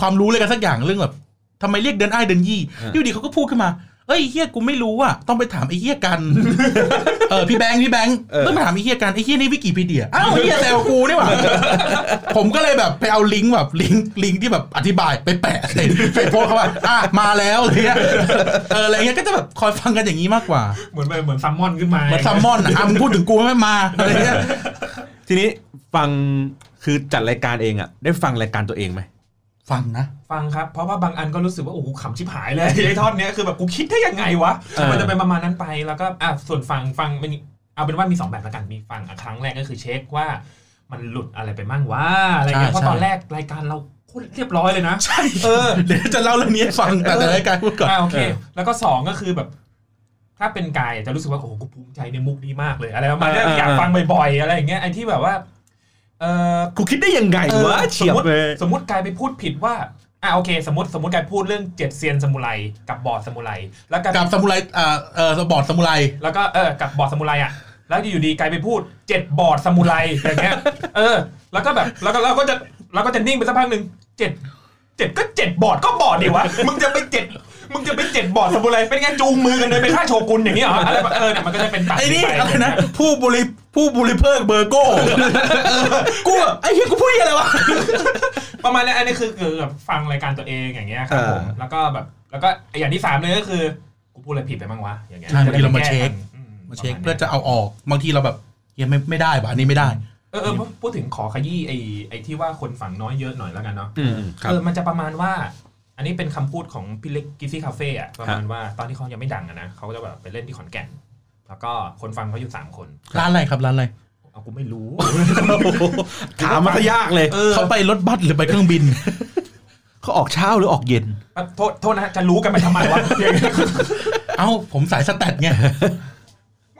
Speaker 2: ความรู้เลยกันสักอย่างเรื่องแบบทำไมเรียกเดินอ้ายเดินยี่
Speaker 1: อ่า
Speaker 2: อยู่ดีเขาก็พูดขึ้นมาเอ้ยเฮียกูไม่รู้อ่ะต้องไปถามไอ้เฮีย
Speaker 1: *laughs*
Speaker 2: กัน เออพี่แบงค์พี่แบงค์
Speaker 1: เออ
Speaker 2: ต้องไปถามไอ้เฮียกันไอ้เฮียนี่วิกิพีเดียอ้าวไอ้เฮียแซวกูนี่หว่า ผมก็เลยแบบไปเอาลิงก์แบบลิงก์ลิงก์ที่แบบอธิบายไปแปะใส่ใส่โพสต์เขาว่าอ่ะมาแล้วอะไรเงี้ยเอออะไรเงี้ยก็จะแบบคอยฟังกันอย่างนี้มากกว่า
Speaker 3: *laughs* เหมือนแบบเหมือนซัมมอนขึ้นมา
Speaker 2: เหมือนซัมมอนอ่ะอ่ะมึงพูดถึงกูไหม่มาอะไรเงี้ย
Speaker 1: ทีนี้ฟังคือจัดรายการเองอ่ะ ได้ฟังรายการตัวเองไหม
Speaker 2: ฟังนะ
Speaker 3: ฟังครับ เพราะว่าบางอันก็รู้สึกว่า โอ้โหขำชิบหาย *laughs* เลยไอ้ท่อนเนี้ยคือแบบกูคิดได้ยังไงวะ
Speaker 1: เออ
Speaker 3: มันจะเป็นประมาณนั้นไปแล้วก็อ่ะส่วนฟังฟังมันเอาเป็นว่ามี 2 แบบละกันมีฟังอ่ะครั้งแรกก็คือเช็คว่า มันหลุดอะไรไปมั่งวะอะไรเงี้ย
Speaker 2: ใช่
Speaker 3: เพราะตอน
Speaker 2: ใช่
Speaker 3: แรกรายการเราโคตรเรียบร้อยเลยนะ
Speaker 2: ใช่
Speaker 3: เออ
Speaker 2: เดี๋ยวจะเล่าเรื่องนี้ให้ฟังแต่แต่รายการพูดก่อน
Speaker 3: อ่าโอเค
Speaker 1: เออ
Speaker 3: แล้วก็สองก็คือแบบ ถ้าเป็นกายจะรู้สึกว่า โอ้โหกูภูมิใจในมุกนี้มากเลยอะไรประมาณเนี้ยอยากฟังบ่อยๆ อะไรอย่างเงี้ยไอ้ที่แบบว่า เออ
Speaker 1: กูคิดได้ยังไง
Speaker 3: เออ
Speaker 1: วะเฉียบ
Speaker 3: สมมติ
Speaker 1: เลย
Speaker 3: สมมติกายไปพูดผิดว่าอ่ะโอเค สมมติสมมติกายพูดเรื่องเจ็ดเซียนสมุไรกับบอร์ดสมุไรแล้วกาย
Speaker 2: กับซามูไรเอ่อเอ่อบอร์ดซามูไร
Speaker 3: แล้วก็เออกับบอร์ดสมุไรอ่ะ แล้วอยู่ดีกายไปพูดเจ็ดบอร์ดสมุไรอย่างเงี้ย เออ แล้วก็แบบแล้วก็เราก็จะเราก็จะนิ่งไปสักพักหนึ่งเจ็ดเจ็ดก็เจ็ดบอร์ดก็บอร์ดดิวะมึงจะไปเจ็ดมึงจะไปเจ็ดบอร์ดสมุไรเป็นไงจูงมือกันเดินไปฆ่าโชกุนอย่างนี้เหรออะไรแบบเออเนี่ยมันก็จะเป็นตัด
Speaker 2: ไอ้นี่
Speaker 3: ป
Speaker 2: อะไรนะผู้บริผู้บริเพิกเบอร์โก้เออกูแบบไอ้เหี้ยกูพูดอะไรวะ
Speaker 3: ประมาณนี้อันนี้คือคือแบบฟังรายการตัวเองอย่างเงี้ยครับผมแล้วก็แบบแล้วก็อย่างที่สามเลยก็คือกูพูดอะไรผิดไปบ้างวะอย่างเงี้ย
Speaker 2: ใช่บางทีเรามาเช็ค
Speaker 3: อื
Speaker 2: มาเช็ค
Speaker 3: ปรณ
Speaker 2: เพื่อจะเอาออกบางทีเราแบบเหี้ยังไม่ไม่ได้ป่ะอันนี้ไม่ได้
Speaker 3: เออเออพูดพูดถึงขอขยี้ไอ้ไอ้ที่ว่าคนฝังน้อยเยอะหน่อยแล้วกันเนาะ
Speaker 1: อืมครับ
Speaker 3: เออ มันจะประมาณว่า อันนี้เป็นคำพูดของพี่เล็กกิฟซี่คาเฟ่อะประมาณว่าตอนที่เขายังไม่ดังอะนะเขาก็จะแบบไปเล่นที่ขอนแก่น แล้วก็คนฟังเขาอยู่ 3 คน
Speaker 2: ร้านอะไรครับร้านอะไร
Speaker 3: เอากูไม่รู้ *laughs*
Speaker 1: ถามมันก็ยากเลย
Speaker 3: เออ
Speaker 2: เขาไปรถบัสหรือไปเครื่องบิน
Speaker 1: เขาออกเช้าหรือออกเย็น
Speaker 3: โทษโทษนะ จะรู้กันไปทำไม *laughs* วะ
Speaker 2: เอ้าผมสายสแตทไง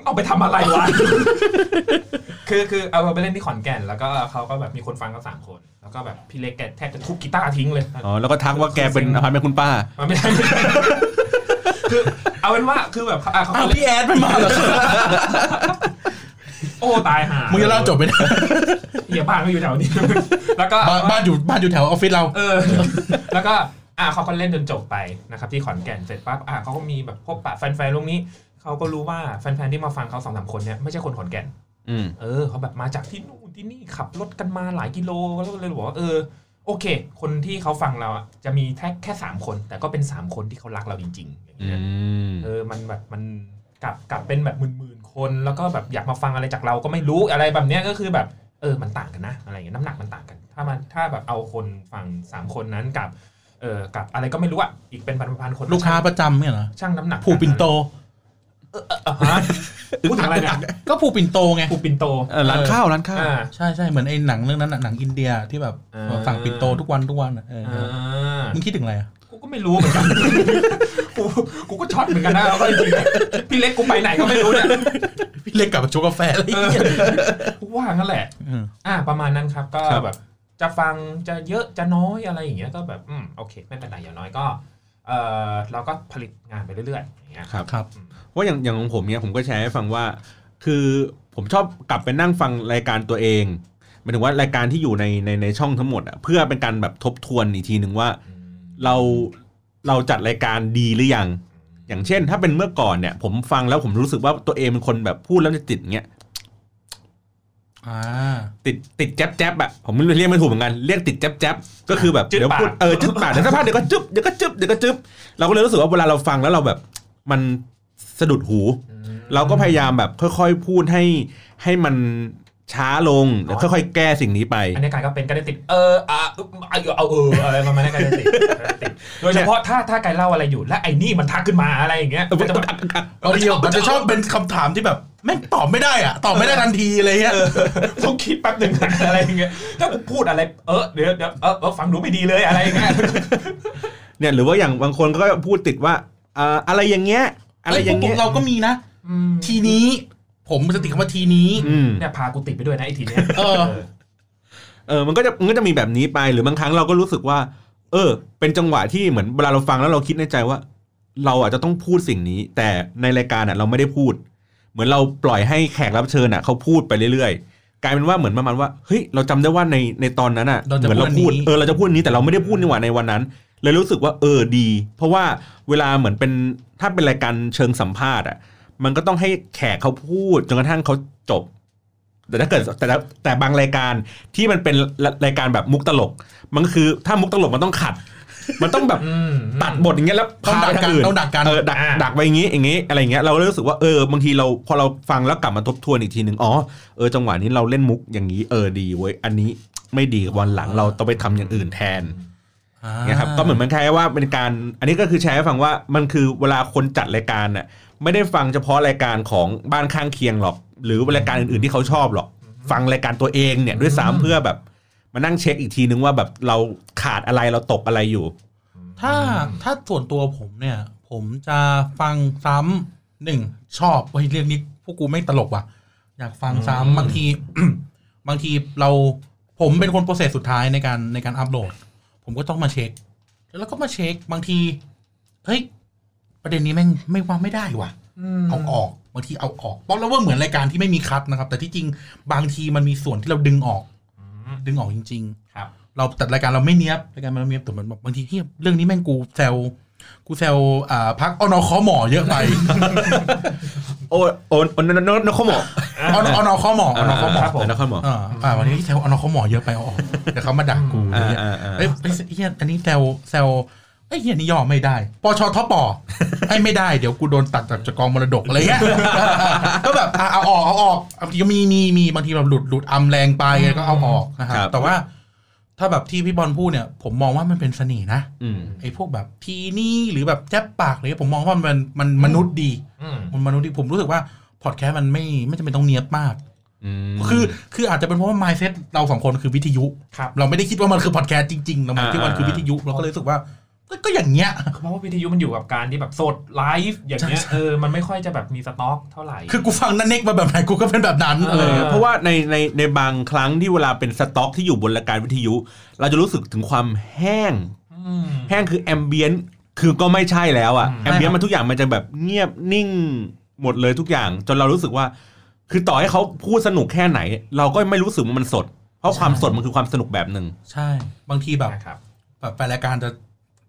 Speaker 3: เอาไปทำอะไรวะ *laughs* คือคือเอาไปเล่นที่ขอนแก่น แล้วก็เขาก็แบบมีคนฟังเขาสามคน แล้วก็แบบพี่เล็กแกแทบจะทุบกีตาร์ทิ้งเลย *laughs*
Speaker 1: อ๋อ แล้วก็ทักว่าแกเป็นอพาร์ตเมนต์คุณป้า
Speaker 3: มันไม่ได้ คือเอาเป็นว่าคือแบบอ่ะเขา
Speaker 2: เอ้าพี่แอดไม่มาเหรอ
Speaker 3: โอ้ตายห่า
Speaker 2: มึ
Speaker 3: มึ
Speaker 2: งจะเล่าจบไหมเนี่ย
Speaker 3: เหี้ยบ้านก็อยู่แถวนี้ *laughs* แล้วก็
Speaker 2: บ้านบ้านอยู่บ้านอยู่แถวออฟฟิศเรา
Speaker 3: เออ *laughs* แล้วก็ อ่ะเขาก็เล่นจนจบไปนะครับที่ขอนแก่นเสร็จปั๊บ อ่ะเขาก็มีแบบพบปะแฟนๆ ตรงนี้ เขาก็รู้ว่าแฟนๆ ที่มาฟังเขาสองสามคนเนี่ยไม่ใช่คนขอนแก่น
Speaker 1: อืม
Speaker 3: เออเขาแบบมาจากที่นู่นที่นี่ขับรถกันมาหลายกิโลแล้วก็เลยบอกว่าเออ โอเค คนที่เขาฟังเราอะจะมีแค่แค่สามคน แต่ก็เป็นสามคนที่เขารักเราจริงๆอย่าง
Speaker 1: อื
Speaker 3: เงี้ย
Speaker 1: ม
Speaker 3: เออมันแบบมันกลับกลับเป็นแบบหมื่นๆคนแล้วก็แบบอยากมาฟังอะไรจากเราก็ไม่รู้อะไรแบบเนี้ยก็คือแบบเออมันต่างกันนะอะไรอย่างเงี้ยน้ำหนักมันต่างกัน ถ้ามันถ้าแบบเอาคนฟังสามคนนั้นกับเออกับอะไรก็ไม่รู้อะอีกเป็นพันๆคน
Speaker 2: ลูกค้าประจำเนี่ยเหรอ
Speaker 3: ช่างน้ำหนัก
Speaker 2: ผูปิ่นโต
Speaker 3: อ่ะฮะพูดถึงอะไรเนี่ย
Speaker 2: ก็ผูปิ่นโตไง
Speaker 3: ผูปินโต
Speaker 1: เออร้านข้าวร้านข้าว
Speaker 3: อ่า
Speaker 2: ใช่ใช่เหมือนไอ้หนังเรื่องนั้นน่ะหนังอินเดียที่แบบ
Speaker 3: เออ
Speaker 2: สั่งปิ่นโตทุกวันทุกวันน่ะเออ
Speaker 3: อ่า
Speaker 2: มึงคิดถึงอะไรอ่ะ
Speaker 3: กูก็ไม่รู้เหมือนกัน *laughs* กูกูก็ช็อตเหมือนกันนะเอาจริงๆพี่เล็กกูไปไหนก็ไม่รู้เนี่ย
Speaker 2: พี่เล็กกลับมาชงกาแฟเลย
Speaker 3: เออกูว่างั้นแหละ อ่า ประมาณนั้นครับ ก็
Speaker 1: ครับ
Speaker 3: แบบ จะฟังจะเยอะจะน้อยอะไรอย่างเงี้ยก็แบบอืมโอเค ไม่เป็นไรอย่างน้อยก็ เออเราก็ผลิตงานไปเรื่อยๆอย่างเงี้ย
Speaker 1: ครับ
Speaker 2: ครับ
Speaker 1: เพราะอย่างอย่างของผมเนี่ยผมก็แชร์ให้ฟังว่า คือผมชอบกลับไปนั่งฟังรายการตัวเองหมายถึงว่ารายการที่อยู่ในในในช่องทั้งหมดอะเพื่อเป็นการแบบทบทวนอีกทีหนึ่งว่า
Speaker 3: อืม
Speaker 1: เราเราจัดรายการดีหรือยัง อย่างเช่น ถ้าเป็นเมื่อก่อนเนี่ย ผมฟังแล้วผมรู้สึกว่าตัวเองเป็นคนแบบพูดแล้วจะติดอย่างเงี้ย
Speaker 2: อ่า
Speaker 1: ติดติดแจ๊บแจ๊บอะผมไม่รู้เรียกไม่ถูกเหมือนกันเรียกติดแจ๊บแจ๊บก็คือแบบเดี๋ยวพูดเออจึ๊บปากเดี๋ยวสักพักเดี๋ยวก็จึ๊บเดี๋ยวก็จึ๊บเดี๋ยวก็จึ๊บเราก็เลยรู้สึกว่าเวลาเราฟังแล้วเราแบบมันสะดุดหู
Speaker 3: อืม
Speaker 1: เราก็พยายามแบบค่อยๆ พูดให้ให้มัน ช้าลงแล้วค่อยๆ แก้สิ่งนี้ไป
Speaker 3: อันนี้การก็เป็นการติดเอออ่ะอึ๊บอ่ะเอาเอออะไรประมาณนั้นการติดโดยเฉพาะถ้าถ้าการเล่าอะไรอยู่ และไอ้นี่มันทักขึ้นมาอะไรอย่างเงี้ยก็จะแบบ
Speaker 2: บางทีมันจะชอบเป็นคำถามที่แบบแม่งตอบไม่ได้อะตอบไม่ได้ทันทีเลยอะ
Speaker 3: ต้องคิดแป๊บหนึ่ง *laughs* อะไรอย่างเงี้ยถ้ากูพูดอะไร เออเดี๋ยวเดี๋ยวเออเออฟังดูไม่ดีเลยอะไรอย่างเงี้ย
Speaker 1: เนี่ยหรือว่าอย่างบางคนก็พูดติดว่าอ่าอะไรอย่างเงี้ยอะไรอย่างเงี้ย
Speaker 2: เราก็มีนะ ทีนี้ ผมจะติดคำว่าทีนี้
Speaker 1: อืม
Speaker 3: เนี่ยพากูติดไปด้วยนะไอ้ทีเนี้ย
Speaker 2: เออ
Speaker 1: เออมันก็จะมันก็จะมีแบบนี้ไปหรือบางครั้งเราก็รู้สึกว่า เออ เป็นจังหวะที่เหมือนเวลาเราฟังแล้วเราคิดในใจว่า เราอาจจะต้องพูดสิ่งนี้ แต่ในรายการอ่ะเราไม่ได้พูด เหมือนเราปล่อยให้แขกรับเชิญอ่ะเขาพูดไปเรื่อยๆ กลายเป็นว่าเหมือนประมาณว่าเฮ้ยเราจำได้ว่าในในตอนนั้นอ่ะ
Speaker 2: เราจะ
Speaker 1: เหมืนเรา
Speaker 2: พู
Speaker 1: พู
Speaker 2: ด
Speaker 1: ด
Speaker 2: อันนี้
Speaker 1: เออเราจะพูดอันนี้แต่เราไม่ได้พูดนี่หว่าในวันนั้น เลยรู้สึกว่าเออดี เพราะว่าเวลาเหมือนเป็นถ้าเป็นรายการเชิงสัมภาษณ์อ่ะ มันก็ต้องให้แขกเขาพูดจนกระทั่งเขาจบ แต่ถ้าเกิดแต่ละแต่บางรายการที่มันเป็นรายการแบบมุกตลก มันก็คือถ้ามุกตลกมันต้องขัด มันต้องแบบ
Speaker 3: อืม
Speaker 1: ตัดบทอย่างเงี้ยแล้ว
Speaker 2: ต้อง
Speaker 1: พา
Speaker 2: ดั
Speaker 1: ไป
Speaker 2: ก
Speaker 1: ทา
Speaker 2: กัน
Speaker 1: งอื่น
Speaker 2: ต้องดักกัน
Speaker 1: เออดัก
Speaker 3: อ่า
Speaker 1: ดักไปอย่างงี้อย่างงี้อะไรอย่างเงี้ยเราก็รู้สึกว่าเออบางทีเราพอเราฟังแล้วกลับมาทบทวนอีกทีหนึ่งอ๋อเออจังหวะนี้เราเล่นมุกอย่างนี้เออดีเว้ยอันนี้ไม่ดีวันหลังเราต้องไปทำอย่างอื่นแทนเนี่ยครับก็เหมือนมันคล้ายๆว่าเป็นการอันนี้ก็คือแชร์ให้ฟังว่ามันคือเวลาคนจัดรายการน่ะไม่ได้ฟังเฉพาะรายการของบ้านข้างเคียงหรอก หรือรายการอื่นๆที่เขาชอบหรอกฟังรายการตัวเองเนี่ยด้วยซ้ำเพื่อแบบมานั่งเช็คอีกทีนึงว่าแบบเราขาดอะไรเราตกอะไรอยู่
Speaker 2: ถ้าถ้าส่วนตัวผมเนี่ย ผมจะฟังซ้ำหนึ่งชอบเฮ้ยเรื่องนี้พวกกูไม่งตลกว่ะ อยากฟัง
Speaker 3: อืม
Speaker 2: ซ้ำบางที *clears throat* บางทีเราผมเป็นคนโปรเซสสุดท้ายในการในการอัปโหลด ผมก็ต้องมาเช็ค แล้วก็มาเช็คบางทีเฮ้ยประเด็นนี้แม่งไม่ว่าไม่ได้ว่ะ
Speaker 3: ม
Speaker 2: เอาออกบางทีเอาออกเพราะเราว่าเหมือนรายการที่ไม่มีคัดนะครับ แต่ที่จริงบางทีมันมีส่วนที่เราดึงออก
Speaker 3: อืม
Speaker 2: ดึงออกจริง ๆ
Speaker 3: ครับ
Speaker 2: เราแต่รายการเราไม่เนี้ยบรายการเราเนี้ยบแต่มันแบบบางทีเฮียเรื่องนี้แม่งกูแซวกูแซวอ่าพักอนอคอหมอเยอะไป
Speaker 1: โอ้โอนโอนนนนเขาหมอ
Speaker 2: อนอนอคอหมออนอคอหมอ
Speaker 3: ครับผม
Speaker 1: นเขาหมอ
Speaker 2: อ่าอ่าวันนี้แซวอนอคอหมอเยอะไปเอาออกเดี๋ยวเขามาด่ากู
Speaker 1: อ่า
Speaker 2: เนี่ย
Speaker 1: อ่าอ่า
Speaker 2: เอ้ยเอ้ยเฮียอันนี้แซวแซวไอ้ยเฮียนี่ย่อไม่ได้ปชทปไอ้ยไม่ได้เดี๋ยวกูโดนตัดจากกองมรดกอะไรเงี้ย *laughs* ก็แบบอ่ะเอาออกเอาออกบางทีก็มีมีมีบางทีแบบหลุดหลุดอำแรงไปก็เอาออกนะครับแต่ว่า ถ้าแบบที่พี่บอลพูดเนี่ย ผมมองว่ามันเป็นเสน่ห์นะ
Speaker 1: อืม
Speaker 2: ไอ้พวกแบบทีนี่หรือแบบแจ๊บปากอะไรเงี้ยผมมองว่ามันมันมนุษย์ดี
Speaker 3: อืม
Speaker 2: มันมนุษย์ดีผมรู้สึกว่าพอดแคสต์มันไม่ไม่จำเป็นต้องเนียบมาก
Speaker 1: อืม
Speaker 2: คือคืออาจจะเป็นเพราะว่า mindset เราสองคนคือวิทยุ
Speaker 3: ครับ
Speaker 2: เราไม่ได้คิดว่ามันคือพอดแคสต์จริงๆ เราไม่
Speaker 1: อ่า
Speaker 2: คิดว่ามันคือวิทยุเราก็เลยรู้สึกว่าก็ก็อย่างเงี้ย
Speaker 3: เพราะว่าวิทยุมันอยู่กับการที่แบบสดไลฟ์อย่างเงี้ย
Speaker 2: ใช่ใช่
Speaker 3: เออมันไม่ค่อยจะแบบมีสต็อกเท่าไหร่
Speaker 2: คือกูฟังนันเน็กมาแบบไหนกูก็เป็นแบบนั้น
Speaker 1: เอ
Speaker 2: เออ
Speaker 1: อเพราะว่าในในในบางครั้งที่เวลาเป็นสต็อกที่อยู่บนรายการวิทยุ เราจะรู้สึกถึงความแห้ง แห้งคือแอมเบียนคือก็ไม่ใช่แล้วอะ
Speaker 3: อืม
Speaker 1: แอมเบียนมันทุกอย่างมันจะแบบเงียบนิ่งหมดเลยทุกอย่าง จนเรารู้สึกว่า คือต่อให้เขาพูดสนุกแค่ไหน เราก็ไม่รู้สึกว่ามันสด เพราะความสดมันคือความสนุกแบบหนึ่ง
Speaker 2: ใช่บางทีแบบ
Speaker 3: นะครับ
Speaker 2: แบบแฟนรายการจะ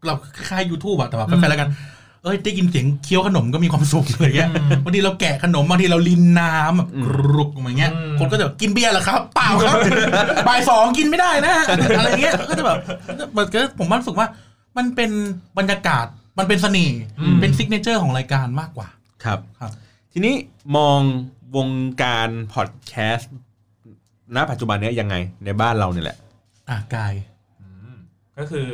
Speaker 2: เราค่ายยูทูบอะแต่แบบ
Speaker 3: อืม
Speaker 2: แฟนรายการเอ้ยได้ยินเสียงเคี้ยวขนมก็มีความสุขอะไรเงี้ย
Speaker 3: อืม
Speaker 2: บางทีเราแกะขนมบางทีเราลินน้ำแบบ
Speaker 1: อืม
Speaker 2: กรุกออกมาอย่างเงี้ย
Speaker 3: อืม
Speaker 2: คนก็จะแบบกินเบียร์เหรอครับ เปล่าครับ บ่ายสองกินไม่ได้นะอะไรเงี้ยก็จะแบบมันก็ผมว่ารู้สึกว่า มันเป็นบรรยากาศมันเป็นเสน่ห์
Speaker 3: อืม
Speaker 2: เป็นซิกเนเจอร์ของรายการมากกว่า
Speaker 1: ครับ
Speaker 2: ครับ
Speaker 1: ทีนี้มองวงการพอดแคสต์ณปัจจุบันเนี้ยยังไงในบ้านเราเนี่ยแหละ
Speaker 2: อ่ะกาย
Speaker 3: อืมก็คือ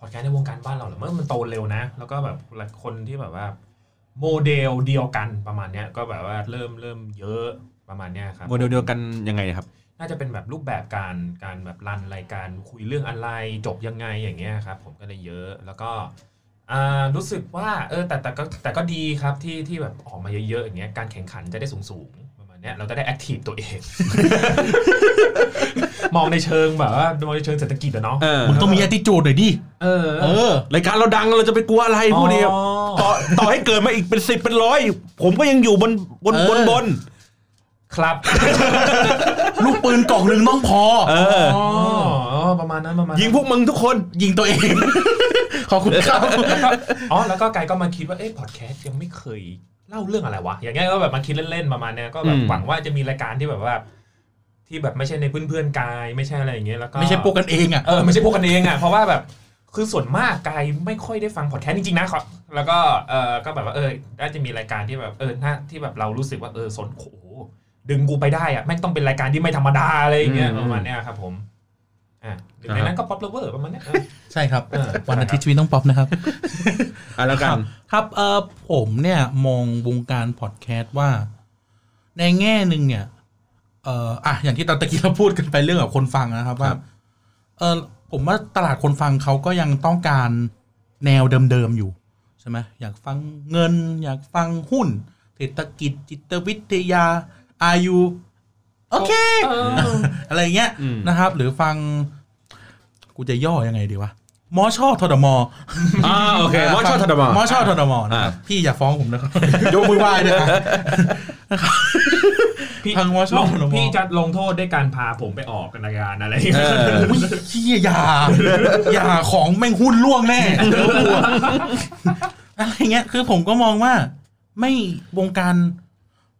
Speaker 3: พอดแคสต์ในวงการบ้านเราเหรอเมื่อมันโตเร็วนะ แล้วก็แบบคนที่แบบว่า โมเดลเดียวกันประมาณเนี้ยก็แบบว่าเริ่มเริ่มเยอะประมาณเนี้ยครับ
Speaker 1: โมเดลเดียวกันยังไงครับ
Speaker 3: น่าจะเป็นแบบรูปแบบการการแบบรันรายการคุยเรื่องอะไรจบยังไงอย่างเงี้ยครับ ผมก็เลยเยอะแล้วก็อ่ารู้สึกว่าเออแต่แต่ก็แต่ก็ดีครับที่ที่แบบออกมาเยอะๆอย่างเงี้ยการแข่งขันจะได้สูงๆประมาณเนี้ยเราจะได้แอคทีฟตัวเอง *laughs* มองในเชิงแบบว่ามองในเชิงเศรษฐกิจอะเนาะ
Speaker 1: เออ
Speaker 2: มึงต้องมี attitude หน่อยดิ
Speaker 3: เออ
Speaker 2: เออ
Speaker 1: รายการเราดังเราจะไปกลัวอะไรพูดเดียว
Speaker 3: อ๋อ
Speaker 1: ต่อต่อให้เกิดมาอีกเป็นสิบเป็นร้อยผมก็ยังอยู่บนบน
Speaker 2: เออ
Speaker 1: บนบน
Speaker 3: ครับ *laughs*
Speaker 2: ลูกปืนกล่องหนึ่งต้องพอ
Speaker 1: เออ
Speaker 3: อ๋ออ๋อประมาณนั้นประมาณนั้น
Speaker 1: ยิงพวกมึงทุกคน
Speaker 2: ยิงตัวเอง *laughs* ขอบคุณครับ
Speaker 3: แล้วก็อ๋อแล้วก็กายก็มาคิดว่าเอ๊ะพอดแคสต์ยังไม่เคยเล่าเรื่องอะไรวะ อย่างเงี้ยก็แบบมาคิดเล่นๆประมาณเนี้ยก็แบบหวังว่าจะมีรายการที่แบบว่า ที่แบบไม่ใช่ในเพื่อนๆกายไม่ใช่อะไรอย่างเงี้ยแล้วก็
Speaker 2: ไม่ใช่พวกกันเองอ่ะ
Speaker 3: เออไม่ใช่พวกกันเองอ่ะเพราะว่าแบบคือส่วนมากกายไม่ค่อยได้ฟังพอดแคสต์จริงๆนะขอแล้วก็เออก็แบบว่าเออน่าจะมีรายการที่แบบเออน่าที่แบบเรารู้สึกว่าเออสนโอ้โห ดึงกูไปได้อะแม่งต้องเป็นรายการที่ไม่ธรรมดาอะไรอย่างเงี้ย
Speaker 1: อืม
Speaker 3: ประมาณเนี้ยครับผมอ่ะหนึ่งในนั้นก็ป๊อปเลเวอร์ประมาณเนี้ยเออ
Speaker 2: ใช่ครับ
Speaker 3: เออ
Speaker 2: วันอาทิตย์ชีวิตต้องป๊อปนะครับ
Speaker 1: อ่ะแล้วกัน
Speaker 2: ครับเออผมเนี่ยมองวงการพอดแคสต์ว่า ในแง่หนึ่งเนี่ยเอออ่ะอย่างที่ตอนตะกี้เราพูดกันไปเรื่องกับคนฟังนะครับว่า
Speaker 1: ครับ
Speaker 2: เออผมว่าตลาดคนฟังเขาก็ยังต้องการแนวเดิมๆอยู่ใช่ไหมอยากฟังเงิน อยากฟังหุ้น เศรษฐกิจจิตวิทยาอายุโอเค
Speaker 3: เออ
Speaker 2: อะไรเงี้ย
Speaker 1: อืม
Speaker 2: นะครับ หรือฟัง กูจะย่อยังไงดีวะมอชอทอดมอ
Speaker 1: อ่าโอเคมอชอทดม
Speaker 2: มอชอทดมนะครับพี่อย่าฟ้องผมนะครับ *laughs* ยกมือไหว้ด้วยนะ
Speaker 3: พี่
Speaker 2: ทางมอชอ
Speaker 3: ลง
Speaker 2: ทดม
Speaker 3: พี่จะลงโทษด้วยการพาผมไปออกกันรายการอะไรอย่าง
Speaker 1: เอ
Speaker 3: เงี้ย
Speaker 1: อ
Speaker 2: อุ๊ยเฮียอย่าอย่าของแม่งหุ้นล่วงแน่เดี๋ยวกลัวอะไรเงี้ย คือผมก็มองว่า ไม่วงการ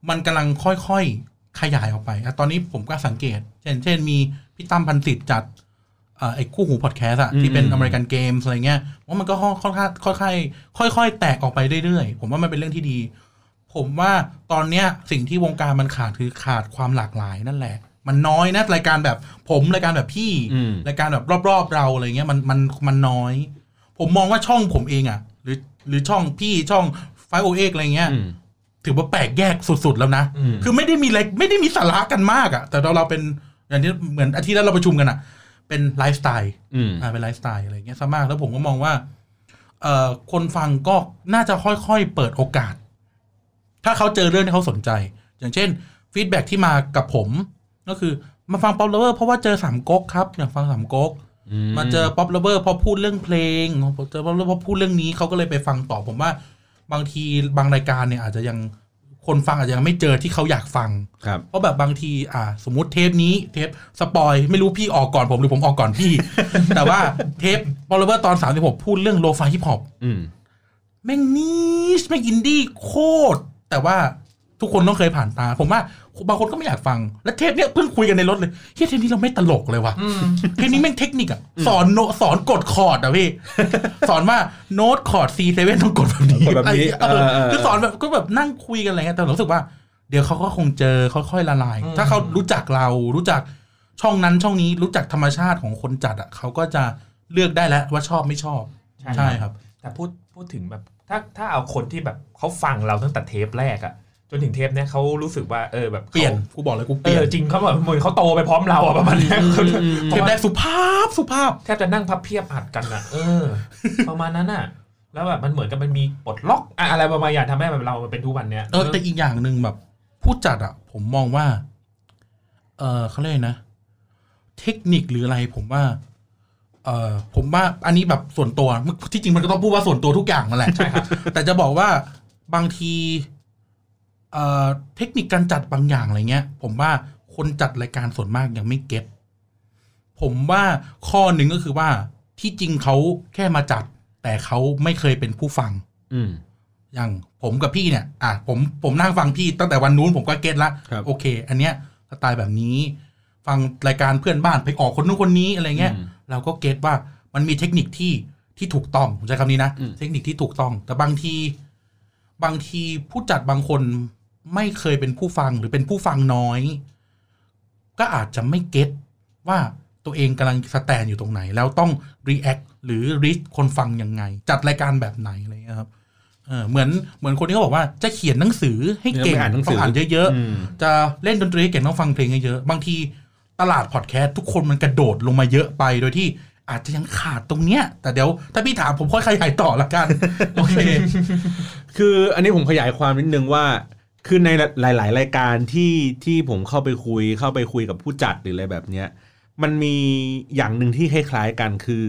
Speaker 2: มันกำลังค่อยๆขยายออกไปอะตอนนี้ผมก็สังเกต เช่น เช่น มีพี่ตั้มพันติดจัดเอ่อไอ้คู่หูพอดแคสต์อะที่เป็น
Speaker 1: อืม
Speaker 2: อเมริกันเกมอะไรเงี้ยว่ามันก็ค่อนข้างค่อยๆค่อยๆ แตกออกไปเรื่อยๆ ผมว่ามันเป็นเรื่องที่ดี ผมว่าตอนเนี้ยสิ่งที่วงการมันขาดคือขาดความหลากหลายนั่นแหละ มันน้อยนะรายการแบบผมรายการแบบพี่
Speaker 1: อืม
Speaker 2: รายการแบบรอบๆเราอะไรเงี้ยมันมันมันน้อย ผมมองว่าช่องผมเองอะหรือหรือช่องพี่ช่องไฟโอเอกอะไรเงี้ย
Speaker 1: อืม
Speaker 2: ถือว่าแปลกแยกสุดๆแล้วนะ
Speaker 1: อืม
Speaker 2: คือไม่ได้มีอะไรไม่ได้มีสาระกันมากอะแต่เราเราเป็นอย่างที่เหมือนอาทิตย์แล้วเราประชุมกันอะเป็นไลฟ์สไตล์
Speaker 1: อืม
Speaker 2: อ่าเป็นไลฟ์สไตล์อะไรอย่างเงี้ยซะมาก แล้วผมก็มองว่าเอ่อคนฟังก็น่าจะค่อยๆเปิดโอกาส ถ้าเขาเจอเรื่องที่เขาสนใจ อย่างเช่นฟีดแบ็กที่มากับผม ก็คือมาฟังป๊อปเลเวอร์เพราะว่าเจอสามก๊กครับอยากฟังสามก๊กมาเจอป๊อปเลเวอร์เพราะพูดเรื่องเพลงเจอป๊อปเลเวอร์เพราะพูดเรื่องนี้เขาก็เลยไปฟังต่อผมว่า บางทีบางรายการเนี่ยอาจจะยังคนฟังอาจจะยังไม่เจอที่เขาอยากฟัง
Speaker 1: ครับ
Speaker 2: เพราะแบบบางทีอ่า สมมติเทปนี้เทปสปอยไม่รู้พี่ออกก่อนผมหรือผมออกก่อนพี่ *laughs* แต่ว่าเทปบอลเลอร์ตอนสามที่ผมพูดเรื่องโลฟาฮิปฮอป
Speaker 1: อืม
Speaker 2: แม่งนิชแม่งอินดี้โคตร แต่ว่าทุกคนต้องเคยผ่านตา ผมว่าบางคนก็ไม่อยากฟัง และเทปเนี้ยเพิ่งคุยกันในรถเลยเฮ้ยเทปนี้เราไม่ตลกเลยว่ะเทปนี้แม่งเทคนิคอะสอนโนสอนกดคอร์ดอะพี่ *laughs* สอนว่าโน้ตคอร์ด C เซเว่นต้องกดแบบนี้
Speaker 1: กดแบบนี้
Speaker 2: เออ
Speaker 1: เออเออ
Speaker 2: คือสอนแบบก็แบบนั่งคุยกันอะไรเงี้ยแต่ผมรู้สึกว่า เดี๋ยวเขาก็คงเจอค่อยๆละลาย
Speaker 3: อืม
Speaker 2: ถ้าเขารู้จักเรารู้จักช่องนั้นช่องนี้รู้จักธรรมชาติของคนจัดอ่ะเขาก็จะเลือกได้แล้วว่าชอบไม่ชอบ
Speaker 3: ใช่
Speaker 2: ครับ
Speaker 3: แต่พูดพูดถึงแบบถ้าถ้าเอาคนที่แบบเขาฟังเราตั้งแต่เทปแรกอะจนถึงเทปเนี้ยเขารู้สึกว่าเออแบบขา
Speaker 2: เปลี่ยนกูบอกเลยกูเป
Speaker 3: เอ
Speaker 2: ลี่ยน
Speaker 3: อจริงเขาแบบเหมือนเขาโตไปพร้อมเราอะประมาณเนี้ยเขา
Speaker 2: เทปแรกสุภาพสุภาพ
Speaker 3: แทบจะนั่งพับเพียบอัดกันอะเออ ประมาณนั้นอะแล้วแบบมันเหมือนกับมันมีปลดล็อกอะอะไรประมาณอย่างทำให้แบบเรามันเป็นทุกวันเนี้ย
Speaker 2: เออแต่อีกอย่างหนึ่งแบบผู้จัดอ่ะ ผมมองว่า เออเขาเรียกนะ เทคนิคหรืออะไร ผมว่า เออผมว่าอันนี้แบบส่วนตัวที่จริงมันก็ต้องพูดว่าส่วนตัวทุกอย่างนั่นแหละ
Speaker 3: ใช่ครับ
Speaker 2: แต่จะบอกว่าบางทีเอ่อเทคนิคการจัดบางอย่างอะไรเงี้ย ผมว่าคนจัดรายการส่วนมากยังไม่เก็ตผมว่าข้อหนึ่งก็คือว่าที่จริงเขาแค่มาจัด แต่เขาไม่เคยเป็นผู้ฟัง
Speaker 1: อืม
Speaker 2: อย่างผมกับพี่เนี่ย อ่ะผมผมนั่งฟังพี่ตั้งแต่วันนู้นผมก็เก็ตละ
Speaker 1: ครับ
Speaker 2: โอเค อันเนี้ยสไตล์แบบนี้ ฟังรายการเพื่อนบ้านไปออกคนนู้นคนนี้อะไรเงี้ย
Speaker 1: อืม
Speaker 2: เราก็เก็ตว่ามันมีเทคนิคที่ที่ถูกต้องผมใช้คำนี้นะ
Speaker 1: อืม
Speaker 2: เทคนิคที่ถูกต้อง แต่บางที บางทีผู้จัดบางคนไม่เคยเป็นผู้ฟังหรือเป็นผู้ฟังน้อย ก็อาจจะไม่เก็ตว่าตัวเองกำลังสแตนอยู่ตรงไหน แล้วต้องรีแอคหรือรีชคนฟังยังไง จัดรายการแบบไหนอะไรเงี้ยครับเออเหมือนเหมือนคนที่เขาบอกว่าจะเขียนหนังสือให้เก่ง
Speaker 1: เนี่ยไม่อ่านหนังสือ
Speaker 2: ต้องอ่านเยอะ
Speaker 1: อืม
Speaker 2: ๆ จะเล่นดนตรีให้เก่งต้องฟังเพลงให้เยอะบางทีตลาดพอดแคสต์ทุกคนมันกระโดดลงมาเยอะไปโดยที่อาจจะยังขาดตรงเนี้ย แต่เดี๋ยวถ้าพี่ถามผมค่อยขยายต่อละ
Speaker 1: *laughs*
Speaker 2: กันโอเค
Speaker 1: คืออันนี้ผมขยายความนิดนึงว่า คือในหลาย ๆ รายการที่ที่ผมเข้าไปคุย เข้าไปคุยกับผู้จัดหรืออะไรแบบเนี้ย มันมีอย่างหนึ่งที่คล้ายๆกันคือ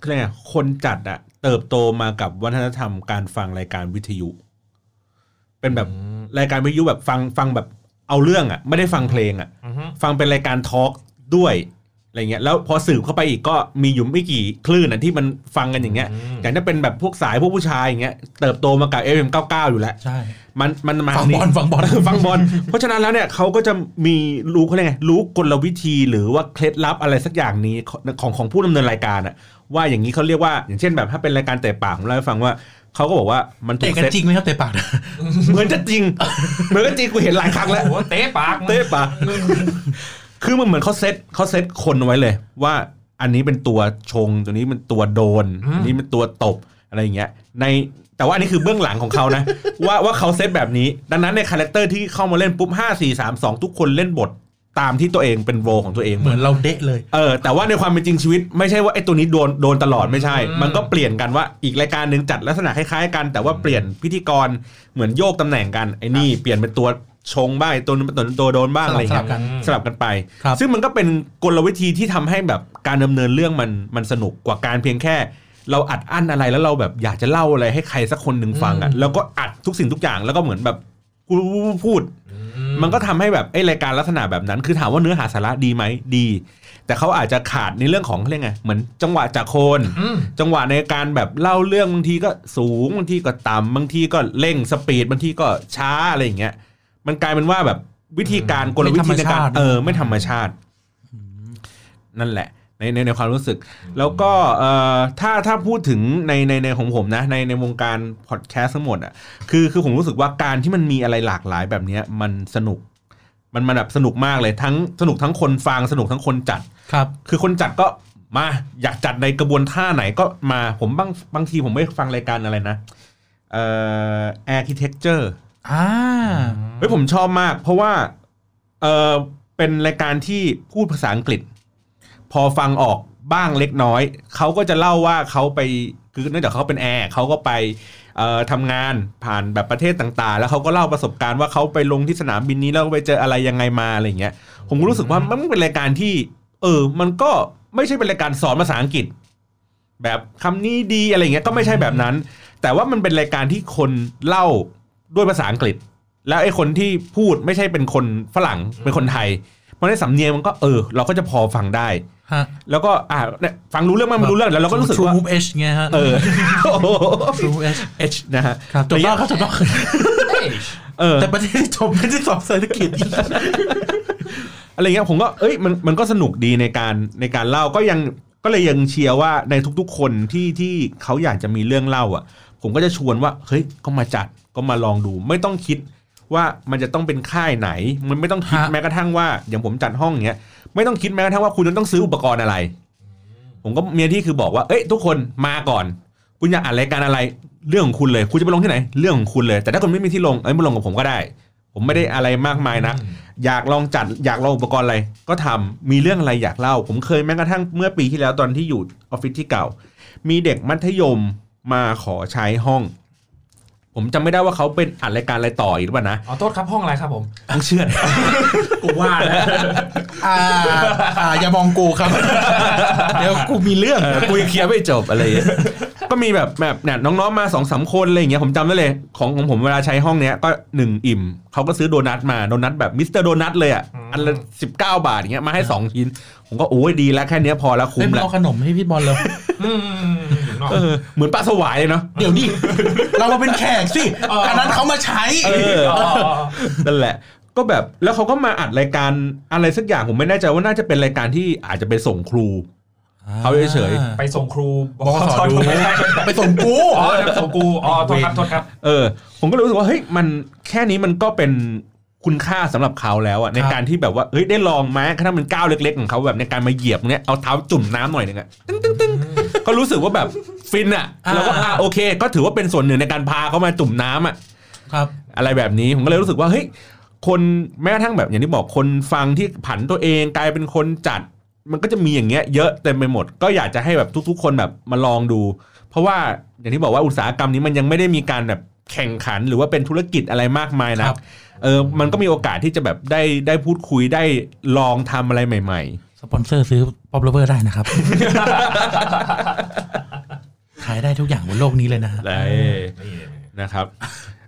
Speaker 1: คือไงคนจัดอะเติบโตมากับวัฒนธรรมการฟังรายการวิทยุ เป็นแบบรายการวิทยุแบบฟังฟังแบบเอาเรื่องอะไม่ได้ฟังเพลงอะ
Speaker 3: อือฮึ
Speaker 1: ฟังเป็นรายการทอล์กด้วยอะไรเงี้ยแล้วพอสืบเข้าไปอีกก็มีอยู่ไม่กี่คลื่นนะที่มันฟังกันอย่างเงี้ย
Speaker 3: อืม
Speaker 1: อย่างถ้าเป็นแบบพวกสายพวกผู้ชายอย่างเงี้ยเติบโตมากับ FM99 อยู่แล้ว
Speaker 2: ใช่
Speaker 1: มันมันมา
Speaker 2: ฟัง
Speaker 1: ทา
Speaker 2: บอลฟังบอล
Speaker 1: *laughs* ฟังบอล เพราะฉะนั้นแล้วเนี่ยเขาก็จะมีรู้เขาเรียกไงรู้กลวิธีหรือว่าเคล็ดลับอะไรสักอย่างนี้ของของของผู้ดำเนินรายการอะว่าอย่างนี้เขาเรียกว่า อย่างเช่นแบบถ้าเป็นรายการเตะปากผมเล่าให้ฟังว่า เขาก็บอกว่ามันถู
Speaker 2: เตะ
Speaker 1: ก
Speaker 2: กัน
Speaker 1: เซต
Speaker 2: จริงไหมครับเตะปาก
Speaker 1: เหมือนจะจริง เหมือนก็จริงกูเห็นหลายครั้งแล้ว
Speaker 3: โอ้โหเตะปากมึง
Speaker 1: เตะปาก คือมันเหมือนเขาเซตเขาเซตคนไว้เลย ว่าอันนี้เป็นตัวชงตัวนี้เป็นตัวโดนอันนี้เป็นตัวตบอะไรอย่างเงี้ยในแต่ว่าอันนี้คือเบื้องหลังของเขานะ *laughs* ว่าว่าเขาเซตแบบนี้ ดังนั้นในคาแรคเตอร์ที่เข้ามาเล่นปุ๊บ5 4 3 2 ทุกคนเล่นบทตามที่ตัวเองเป็นโรของตัวเองห
Speaker 2: เห
Speaker 1: ม
Speaker 2: มือ
Speaker 1: ด
Speaker 2: นเราเดะเลย
Speaker 1: เออแต่ว่าในความเป็นจริงชีวิต ไม่ใช่ว่าไอ้ตัวนี้โดนโดนตลอดไม่ใช่ มันก็เปลี่ยนกันว่าอีกรายการหนึ่งจัดลักษณะคล้ายๆกัน แต่ว่าเปลี่ยนพิธีกรเหมือนโยกตำแหน่งกันไอ้นี่เปลี่ยนเป็นตัวชงบ้างไอ้ตัวนั้นเป็นตัวตัวโดนบ้างอะไรอย่างเงี้ย
Speaker 2: สลับกัน
Speaker 1: สลับกันไป
Speaker 2: ครับ
Speaker 1: ซึ่งมันก็เป็นกลวิธีที่ทำให้แบบการดำเนินเรื่องมันมันสนุกกว่าการเพียงแค่ เราอัดอั้นอะไรแล้วเราแบบอยากจะเล่าอะไรให้ใครสักคนหนึ่งฟังอ่ะแล้วก็อัดทุกสิ่งทุกอย่างแล้วก็เหมือนแบบกูพูด มันก็ทำให้แบบไอ้รายการลักษณะแบบนั้น คือถามว่าเนื้อหาสาระดีไหมดี แต่เขาอาจจะขาดในเรื่องของเรื่องไงเหมือนจังหวะจากโคน
Speaker 3: อืม
Speaker 1: จังหวะในการแบบเล่าเรื่องบางทีก็สูงบางทีก็ต่ำบางทีก็เร่งสปีดบางทีก็ช้าอะไรอย่างเงี้ยมันกลายเป็นว่าแบบวิธีการกลวิธีในการ
Speaker 2: ไม่ธรรมชาติ
Speaker 1: เออไม่ธรรมชาติ นั่นแหละ ในในในความรู้สึก แล้วก็เอ่อถ้าถ้าพูดถึงในในในของผมนะในในวงการพอดแคสต์ทั้งหมดอ่ะคือคือผมรู้สึกว่าการที่มันมีอะไรหลากหลายแบบเนี้ยมันสนุก มันมันแบบสนุกมากเลยทั้งสนุกทั้งคนฟังสนุกทั้งคนจัด
Speaker 2: ครับ
Speaker 1: คือคนจัดก็มาอยากจัดในกระบวนท่าไหนก็มาผมบางบางทีผมไม่ฟังรายการอะไรนะ เอ่อ architecture
Speaker 2: อ่า
Speaker 1: เฮ้ยผมชอบมาก เพราะว่าเออเป็นรายการที่พูดภาษาอังกฤษ พอฟังออกบ้างเล็กน้อย เขาก็จะเล่าว่าเขาไปคือเนื่องจากเขาเป็นแอร์เขาก็ไปเอ่อทำงานผ่านแบบประเทศต่างๆ แล้วเขาก็เล่าประสบการณ์ว่าเขาไปลงที่สนามบินนี้แล้วไปเจออะไรยังไงมาอะไรอย่างเงี้ยผมก็รู้สึกว่ามันเป็นรายการที่ เออ มันก็ไม่ใช่เป็นรายการสอนภาษาอังกฤษ แบบคำนี้ดีอะไรอย่างเงี้ยก็ไม่ใช่แบบนั้น แต่ว่ามันเป็นรายการที่คนเล่าด้วยภาษาอังกฤษ แล้วไอ้คนที่พูดไม่ใช่เป็นคนฝรั่งเป็นคนไทย เพราะในนสำเนียงมันก็เออ เราก็จะพอฟังได้
Speaker 2: ฮะ
Speaker 1: แล้วก็อ่าเนี่ยฟังรู้เรื่องมั้ยมันรู้เรื่องแล้วเราก็รู้สึกว่า
Speaker 2: ชูมูฟเอชไงฮะ
Speaker 1: เอ *laughs* อ
Speaker 2: ชูมูฟเอช
Speaker 1: เอชนะฮะ
Speaker 2: ครับจบแล้วครับจบแล้ว
Speaker 3: เอ้ย
Speaker 1: เออ
Speaker 2: แต่ประเทศที่จบไม่ได้สอบเศรษฐกิจ
Speaker 1: อะไรเงี้ยผมก็เอ้ยมันมันก็สนุกดีในการในการเล่าก็ยังก็เลยยังเชียร์ว่าในทุกๆคนที่ที่เขาอยากจะมีเรื่องเล่าอ่ะ ผมก็จะชวนว่าเฮ้ยก็มาจัดก็มาลองดู ไม่ต้องคิดว่ามันจะต้องเป็นค่ายไหน มันไม่ต้องคิด
Speaker 2: ฮะ
Speaker 1: แม้กระทั่งว่าอย่างผมจัดห้องเงี้ยไม่ต้องคิดแม้กระทั่งว่าคุณจะต้องซื้ออุปกรณ์อะไร ผมก็เมียที่คือบอกว่าเอ้ยทุกคนมาก่อน คุณอยากอ่านรายการอะไรเรื่องของคุณเลย คุณจะไปลงที่ไหน เรื่องของคุณเลย แต่ถ้าคุณไม่มีที่ลงเอ้ยมาลงกับผมก็ได้ ผมไม่ได้อะไรมากมายนะ อยากลองจัดอยากลองอุปกรณ์อะไรก็ทำมีเรื่องอะไรอยากเล่า ผมเคยแม้กระทั่งเมื่อปีที่แล้วตอนที่อยู่ออฟฟิศที่เก่า มีเด็กมัธยมมาขอใช้ห้อง ผมจำไม่ได้ว่าเขาเป็นอัดรายการอะไรต่ออีกหรือเปล่านะ
Speaker 3: อ๋อโทษครับห้องอะไรครับผม
Speaker 1: ต้องเชื่อนะ
Speaker 3: กูว่านะ
Speaker 2: อ่าอ่าอย่ามองกูครับ เดี๋ยวกูมีเรื่อง
Speaker 1: เออกูยังเคลียร์ไม่จบอะไรอย่างเงี้ยก็มีแบบแบบเนี่ยน้องๆมาสองสามคนอะไรอย่างเงี้ยผมจำได้เลยของของผมเวลาใช้ห้องเนี้ยก็หนึ่งอิ่มเขาก็ซื้อโดนัทมาโดนัทแบบมิสเตอร์โดนัทเลยอ่ะ
Speaker 3: อืม
Speaker 1: อันละสิบเก้าบาทอย่างเงี้ยมาให้สองชิ้น ผมก็โอ้ยดีแล้วแค่เนี้ยพอแล้วคุ้
Speaker 2: เล่
Speaker 1: ม
Speaker 2: น
Speaker 1: แล้ว
Speaker 2: เอาขนมให้พี่บอลเลย
Speaker 3: อืมอยู่นอก
Speaker 1: เออเหมือนปลาสวายเลยเนาะ
Speaker 2: เดี๋ยวนี้เรามาเป็นแขกสิอันนั้นเขามาใช้
Speaker 1: เออ
Speaker 3: อ๋อ
Speaker 1: นั่นแหละ ก็แบบแล้วเขาก็มาอัดรายการอะไรสักอย่างผมไม่แน่ใจว่าน่าจะเป็นรายการที่อาจจะไปส่งครู เขาเฉย
Speaker 3: ไปส่งครู
Speaker 2: บกสดู
Speaker 3: ไม่ใช่
Speaker 2: ไปส่งกู
Speaker 3: อ๋อไปส่งกูอ๋อโทษครับโทษครับ
Speaker 1: เออผมก็เลยรู้สึกว่าเฮ้ยมันแค่นี้มันก็เป็นคุณค่าสำหรับเขาแล้วอะในการที่แบบว่าเฮ้ยได้ลองไหมแค่ถ้ามันก้าวเล็ก ๆ ของเขาแบบในการมาเหยียบเนี้ยเอาเท้าจุ่มน้ำหน่อยหนึงอะตึ้งตึ้งตึ้งก็รู้สึกว่าแบบฟินอะ
Speaker 2: อ่า
Speaker 1: เราก็อ่ะโอเค ก็ถือว่าเป็นส่วนหนึ่งในการพาเขามาจุ่มน้ำอะ
Speaker 2: ครับ
Speaker 1: อะไรแบบนี้ผมก็เลยรู้สึกว่าเฮ้ยคนแม้กระทั่งแบบอย่างที่บอกคนฟังที่ผันตัวเองกลายเป็นคนจัด มันก็จะมีอย่างเงี้ยเยอะเต็มไปหมด ก็อยากจะให้แบบทุก ๆ คนแบบมาลองดู เพราะว่าอย่างที่บอกว่าอุตสาหกรรมนี้มันยังไม่ได้มีการแบบแข่งขันหรือว่าเป็นธุรกิจอะไรมากมายนะครับ เออมันก็มีโอกาสที่จะแบบได้ได้พูดคุยได้ลองทำอะไรใหม่
Speaker 2: สปอนเซอร์ซื้อป๊อปโรเวอร์ได้นะครับ ขายได้ทุกอย่างบนโลกนี้เลยนะฮะ
Speaker 1: ๆได้นะครับ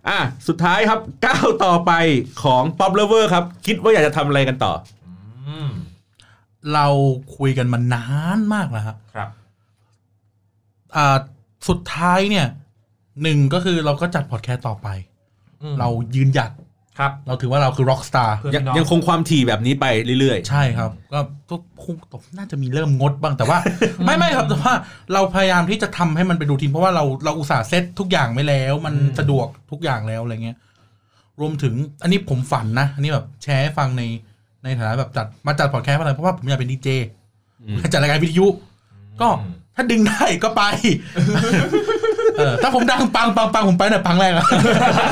Speaker 1: อ่ะสุดท้ายครับก้าวต่อไปของ Pop Lover ครับ คิดว่าอยากจะทำอะไรกันต่อ
Speaker 3: อืม
Speaker 2: เราคุยกันมานานมากแล้วฮะ
Speaker 3: ครับ
Speaker 2: อ่าสุดท้ายเนี่ยหนึ่งก็คือเราก็จัดพอดแคสต์ต่อไป
Speaker 3: อืม
Speaker 2: เรายืนหยัด
Speaker 3: ครับ
Speaker 2: เราถือว่าเราคือร็อกสตาร์
Speaker 3: เพื่อน
Speaker 1: ยัง
Speaker 3: พี่น้อง
Speaker 1: ยังคงความถี่แบบนี้ไปเรื่อย
Speaker 2: ใช่ครับ ก็ทุกคู่ตกน่าจะมีเริ่มงดบ้างแต่ว่า *laughs* ไม่ไม่ครับแต่ว่าเราพยายามที่จะทำให้มันเป็นรูทีนเพราะว่าเราเราอุตส่าห์เซตทุกอย่างไว้แล้ว มัน
Speaker 3: อืม
Speaker 2: สะดวกทุกอย่างแล้วอะไรเงี้ยรวมถึงอันนี้ผมฝันนะอันนี้แบบแชร์ให้ฟังในในฐานะแบบจัดมาจัดพอดแคสต์อะไรเพราะว่าผมอยากเป็นดีเจ
Speaker 1: อืม
Speaker 2: จัดรายการวิทยุ ก็ถ้าดึงได้ก็ไป *laughs* เออถ้าผมดังปังปังปังผมไปหน่อยปังแรกอะ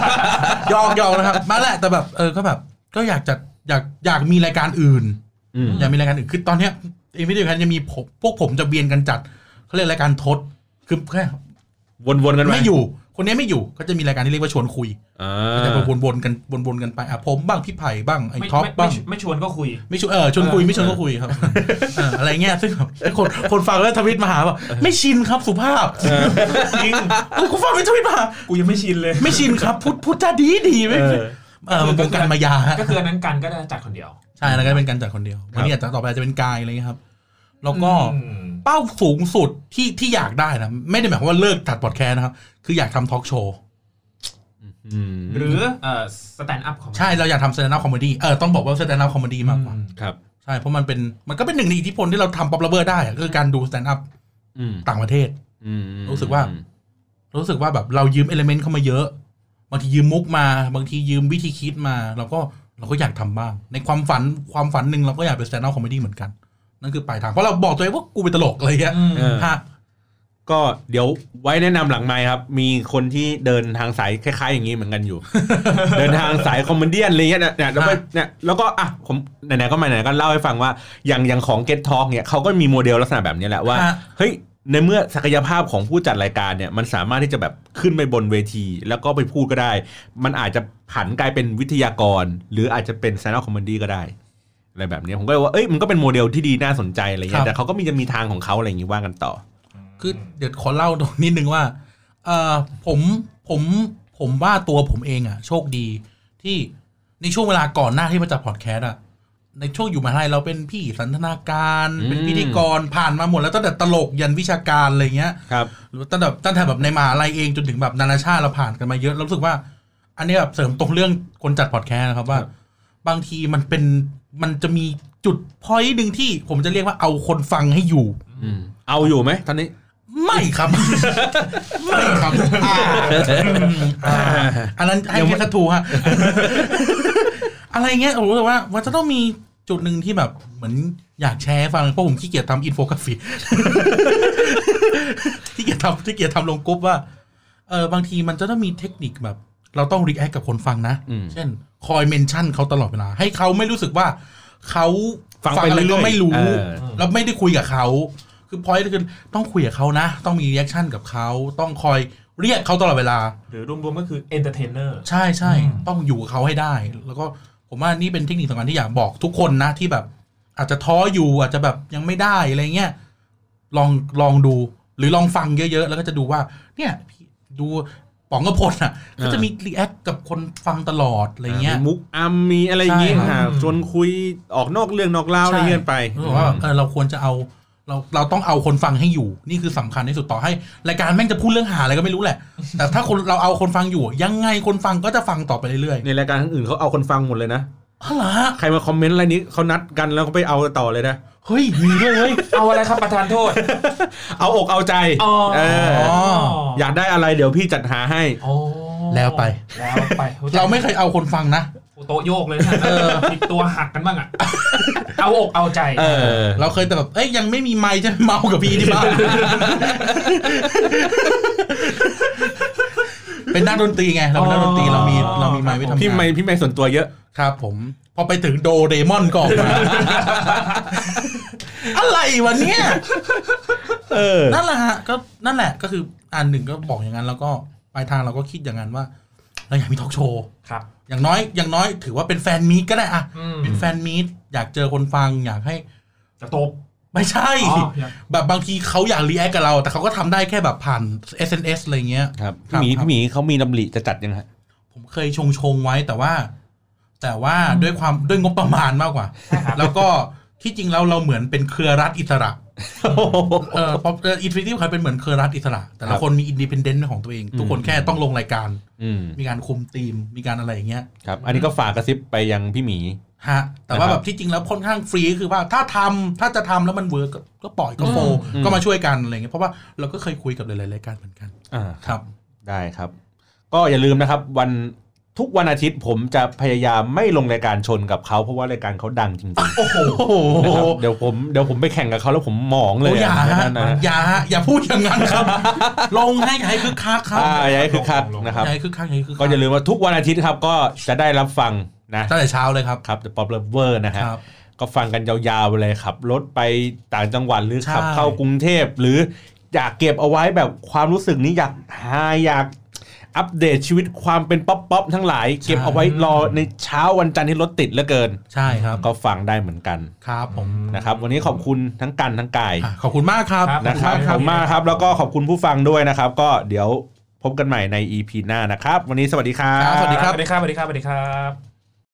Speaker 2: *laughs* ยอกยอกนะครับ มาแหละแต่แบบเออก็แบบ ก็อยากจะอยากอยากมีรายการอื่น
Speaker 1: ๆอืม
Speaker 2: อยากมีรายการอื่นคือตอนเนี้ยเอ็มวีดีกันจะมีผมพวกผมจะเวียนกันจัดเขาเรียกรายการทดคือแค่
Speaker 1: วนๆกันป
Speaker 2: ไม่อยู่ คนนี้ไม่อยู่ก็จะมีรายการที่เรียกว่าชวนคุย
Speaker 1: อ่า
Speaker 2: ก็จะวนวนๆกันวนวนๆกันไปอ่ะผมบ้างพี่ไผ่บ้างไอ้
Speaker 3: ไม่
Speaker 2: ท็อป
Speaker 3: ไม่
Speaker 2: บ้าง
Speaker 3: ไม่ไม่ชวนก็คุย
Speaker 2: ไม่ชวนเออชวนคุย
Speaker 3: เออ
Speaker 2: ไม่ชวนก็คุยครับเอออะไรเงี้ยซึ่งแบบคนคนฟังแล้วทวิตมาหาว่าไม่ชินครับสุภาพจริงเออกูฟังเป็นทวิตมาหา
Speaker 3: กูยังไม่ชินเลย
Speaker 2: ไม่ชินครับพูดพูดจาดีดี
Speaker 1: เอ
Speaker 2: ไม่
Speaker 1: อ
Speaker 2: เออมันเป็นการมายาฮะ
Speaker 3: ก็คืออันนั้นกันก็จะจัดคนเดียว
Speaker 2: ใช่แล้วก็เป็นการจัดคนเดียววันนี้อาจจะต่อไปอาจจะเป็นกายอะไรเงี้ยครับแล้วก็
Speaker 3: อืม
Speaker 2: เป้าสูงสุดที่ที่อยากได้นะไม่ได้หมายความว่าเลิกจัดพอดแคสต์นะครับ คืออยากทำทอล์กโชว์
Speaker 1: อืม
Speaker 3: หรือเอ่อสแตนด์อัพของ
Speaker 2: ใช่เราอยากทำสแตนด์อัพคอมเมดี้เออต้องบอกว่าสแตนด์อัพคอมเมดี้มากกว่า
Speaker 1: ครับ
Speaker 2: ใช่เพราะมันเป็นมันก็เป็นหนึ่งในอิทธิพลที่เราทำป๊อปลเบอร์ได้อะก็คือการดูสแตนด์อัพ
Speaker 1: อืม
Speaker 2: ต่างประเทศ
Speaker 1: อืม
Speaker 2: รู้สึกว่า รู้สึกว่าแบบเรายืมเอลเมนต์เข้ามาเยอะ บางทียืมมุกมา บางทียืมวิธีคิดมา เราก็เราก็อยากทำบ้าง ในความฝันความฝันหนึ่งเราก็อยากเป็น s แ a น d ์อัพคอมเมดี้เหมือนกัน นั่นคือปลายทาง เพราะเราบอกตัวเองว่ากูเป็นตลกอะไรอย่างเงี้ย
Speaker 3: อืม
Speaker 1: เออ
Speaker 2: ฮะ
Speaker 1: ก็เดี๋ยวไว้แนะนำหลังไมค์ครับ มีคนที่เดินทางสายคล้าย ๆ อย่างนี้เหมือนกันอยู่ *laughs* เดินทางสายคอมเมดี้อะไรเงี้ยเนี่ยเนี่ยแล้วก็เนี่ยแล้วก็อ่ะผมไหนๆก็มาไหนๆก็เล่าให้ฟังว่าอย่างอย่างของ Get Talk เนี่ยเขาก็มีโมเดลลักษณะแบบนี้แหละว่า
Speaker 2: ฮะ
Speaker 1: เฮ้ยในเมื่อศักยภาพของผู้จัดรายการเนี่ยมันสามารถที่จะแบบขึ้นไปบนเวที แล้วก็ไปพูดก็ได้ มันอาจจะผันกลายเป็นวิทยากร หรืออาจจะเป็นแซนด์คอมเมดี้ก็ได้ อะไรแบบเนี้ยผมก็เลยว่าเอ้ยมันก็เป็นโมเดลที่ดีน่าสนใจอะไรเงี้ยแต่เขาก็มีจะมีทางของเขาอะไรอย่างงี้ว่ากันต่อ
Speaker 2: คือเดี๋ยวขอเล่าตรงนิดนึงว่าเออผมผมผมว่าตัวผมเองอะโชคดีที่ในช่วงเวลาก่อนหน้าที่มาจัดพอดแคสต์อะในช่วงอยู่มหาลัยเราเป็นพี่สันทนาการเป็นพิธีกรผ่านมาหมดแล้วตั้งแต่ตลกยันวิชาการอะไรอย่างเงี้ย
Speaker 1: ครับ
Speaker 2: หรือตั้งแต่ตั้งแต่แบบในมหาลัยเองจนถึงแบบนานาชาติเราผ่านกันมาเยอะเรารู้สึกว่า อันนี้แบบเสริมตรงเรื่องคนจัดพอดแคสต์นะครับว่า
Speaker 1: ครับ
Speaker 2: บางทีมันเป็นมันจะมีจุดพอยต์หนึ่งที่ผมจะเรียกว่าเอาคนฟังให้อยู่
Speaker 1: เอาอยู่ไหมตอนนี้
Speaker 2: ไม่ครับ ไม่ครับอ่าอ่าอันนั้นให้แค่ทัตทูฮะ อะไรเงี้ยผมรู้สึกว่าว่าจะต้องมีจุดหนึ่งที่แบบเหมือนอยากแชร์ให้ฟังเพราะผมขี้เกียจทำอินโฟกราฟิก ที่เกียจทำที่เกียจทำลงกรุ๊ปว่าเออบางทีมันจะต้องมีเทคนิคแบบ เราต้องรีแอคกับคนฟังนะ
Speaker 1: อืม
Speaker 2: เช่น คอยเมนชั่นเขาตลอดเวลา ให้เขาไม่รู้สึกว่าเขา
Speaker 1: ฟังไป
Speaker 2: อะไรก็ไม่รู้
Speaker 1: เรื่อยๆเออ
Speaker 2: แล้วไม่ได้คุยกับเขาคือพอยต์คือต้องคุยกับเขานะ ต้องมีรีแอคชั่นกับเขาต้องคอยเรียกเขาตลอดเวลา
Speaker 3: หรือรวมๆก็คือเอนเตอร์เทนเนอร์
Speaker 2: ใช่ใช่
Speaker 3: อืม
Speaker 2: ต้องอยู่กับเขาให้ได้ แล้วก็ผมว่านี่เป็นเทคนิคสำคัญที่อยากบอกทุกคนนะที่แบบ อาจจะท้ออยู่อาจจะแบบยังไม่ได้อะไรเงี้ยลองลองดู หรือลองฟังเยอะๆ แล้วก็จะดูว่า เนี่ยพี่ดูป๋องกระพลอ่ะก็จะมีรีแอคกับคนฟังตลอดอะไรเงี้ย
Speaker 1: มีมุกอัมมีอะไรอย่างงี้
Speaker 2: ใช่ครับ
Speaker 1: หาชวนคุยออกนอกเรื่องนอกเล่าว
Speaker 2: ใช่
Speaker 1: อะไรเงี้ยไป
Speaker 2: รู้สึกว่าเออเราควรจะเอาเราเราต้องเอาคนฟังให้อยู่ นี่คือสำคัญที่สุดต่อให้รายการแม่งจะพูดเรื่องหาอะไรก็ไม่รู้แหละ แต่ถ้าคนเราเอาคนฟังอยู่ ยังไงคนฟังก็จะฟังต่อไปเรื่อย
Speaker 1: ในรายการทั้งอื่นเขาเอาคนฟังหมดเลยนะ
Speaker 2: ๆอะไรอฮะ
Speaker 1: ใครมาคอมเมนต์อะไรนี้เขานัดกันแล้วเขาไปเอาต่อเลยนะ
Speaker 2: เฮ้ยมีด้วยเว้ย
Speaker 3: เอาอะไรครับประธานโทษ
Speaker 1: เอาอกเอาใจ
Speaker 3: อ๋อ
Speaker 1: เออ
Speaker 2: อ๋อ
Speaker 1: อยากได้อะไรเดี๋ยวพี่จัดหาให้
Speaker 3: โอ้
Speaker 2: แล้วไป
Speaker 3: แล้วไป
Speaker 2: เราไม่เคยเอาคนฟังนะ
Speaker 3: โต๊ะโยกเลยนะผิดตัวหักกันบ้างอ่ะ เอาอกเอาใจ
Speaker 1: เออ
Speaker 2: เราเคยแต่แบบเอ้ยยังไม่มีไมค์จะเมากับพี่ที่บ้าน เป็นนักดนตรีไงเราเป็นนักดนตรีเรามีเรามีไมค์ไว้ทำงาน
Speaker 1: พี่ไม่พี่ไม่ส่วนตัวเยอะ
Speaker 2: ครับผมพอไปถึงโดเรมอนก็ออกมา อะไรวะเนี่ย
Speaker 1: เออ
Speaker 2: นั่นแหละฮะก็นั่นแหละก็คืออันหนึ่งก็บอกอย่างนั้น แล้วก็ปลายทางเราก็คิดอย่างนั้นว่าเราอยากมีทอล์กโชว์
Speaker 3: ครับ
Speaker 2: อย่างน้อยอย่างน้อยถือว่าเป็นแฟนมีตก็ได้อะ
Speaker 3: อืม
Speaker 2: เป็นแฟนมีตอยากเจอคนฟัง อยากให้
Speaker 3: จะตบ
Speaker 2: ไม่ใช่
Speaker 3: อ๋ออยาก
Speaker 2: แบบบางทีเขาอยากรีแอคกับเรา แต่เขาก็ทำได้แค่แบบผ่าน SNS อะไรเงี้ย
Speaker 1: ครับ
Speaker 2: ครั
Speaker 1: พี่
Speaker 2: บ
Speaker 1: หมีพี่หมี
Speaker 2: ครับ
Speaker 1: เขามีดำริจะจัดยังฮะ
Speaker 2: ผมเคยชงชงๆไว้แต่ว่า แต่ว่าด้วยความด้วยงบประมาณมากกว่า
Speaker 3: ใช่ครับ
Speaker 2: แล้วก็ ที่จริงแล้วเราเหมือนเป็นเครือรัฐอิสระ
Speaker 1: โอ้โห
Speaker 2: เออป๊อปอินฟินิตี้คอยเป็นเหมือนเครือรัฐอิสระ แต่
Speaker 1: ครั
Speaker 2: ละ
Speaker 1: บ
Speaker 2: คนมีอินดี e พ d เดนต์ของตัวเอง ทุกคน
Speaker 1: อืม
Speaker 2: แค่ต้องลงรายการ
Speaker 1: อืม
Speaker 2: มีการคุมทีม มีการอะไรอย่างเงี้ย
Speaker 1: ครับ อันนี้ก็ฝากกระซิบไปยังพี่หมี
Speaker 2: ฮะแต่ว่า
Speaker 1: นะครับ
Speaker 2: แบบที่จริงแล้วค่อนข้างฟรีคือว่าถ้าทำถ้าจะทำแล้วมันเวิร์กก็ปล่อยก็โฟลว์
Speaker 1: อืม
Speaker 2: ก็มาช่วยกันอะไรเงี้ยเพราะว่าเราก็เคยคุยกับหลายๆรายการเหมือนกัน
Speaker 1: อ่า
Speaker 2: ครับ
Speaker 1: ได้ครับ ก็อย่าลืมนะครับ วันทุกวันอาทิตย์ผมจะพยายามไม่ลงรายการชนกับเขาเพราะว่ารายการเขาดังจริงๆนะ
Speaker 2: โอ้โห
Speaker 1: ครับเดี๋ยวผมเดี๋ยวผมไปแข่งกับเขาแล้วผมหมองเลย
Speaker 2: โอ้อย่า
Speaker 1: อะ
Speaker 2: ฮะ
Speaker 1: นั่นนะฮะ
Speaker 2: อย่าฮะอย่าพูดอย่างนั้น
Speaker 1: *laughs*
Speaker 2: ครับ ลงให้อย่าให้คึกคักครับ
Speaker 1: อ่าอย่าให้คือคัก
Speaker 3: ลง
Speaker 1: นะ
Speaker 2: อ
Speaker 1: ครับ
Speaker 2: ย่าให้คึกคักอย่าให้คึกคั
Speaker 1: ก็อย่าลืมว่าทุกวันอาทิตย์ครับ ก็จะได้รับฟังนะ
Speaker 2: ตั้งแต่เช้าเลยครับ
Speaker 1: ครับ The Pop Lover นะฮะ
Speaker 2: ครับ
Speaker 1: ก็ฟังกันยาวๆไปเลยขับรถไปต่างจังหวัดหรือขับ
Speaker 2: ใช่
Speaker 1: เข้ากรุงเทพหรืออยากเก็บเอาไว้แบบความรู้สึกนี้อยากหาอยากอัปเดตชีวิตความเป็นป๊อปป๊อปทั้งหลาย เก็บเอาไว้รอในเช้าวันจันทร์ที่รถติดเหลือเกิน
Speaker 2: ใช่ครับ
Speaker 1: ก็ฟังได้เหมือนกัน
Speaker 2: ครับผม
Speaker 1: นะครับ วันนี้ขอบคุณทั้งกันทั้งกาย
Speaker 2: อ่ะขอบคุณมากครับ
Speaker 3: ครับ
Speaker 1: นะครับ
Speaker 3: ข
Speaker 1: ข
Speaker 3: อ
Speaker 1: อ
Speaker 3: บบคุ
Speaker 1: คุณ
Speaker 3: มาม
Speaker 1: ณาก ก
Speaker 3: ค
Speaker 1: ค
Speaker 3: รั
Speaker 1: รับ บ แล้วก็ขอบคุณผู้ฟังด้วยนะครับ ก็เดี๋ยวพบกันใหม่ใน EP หน้านะครับ วันนี้สวัสดีครับ
Speaker 2: ครับสวัสดีครับ
Speaker 3: สวัสดีครับสวัสดีครับสวัสดีครับ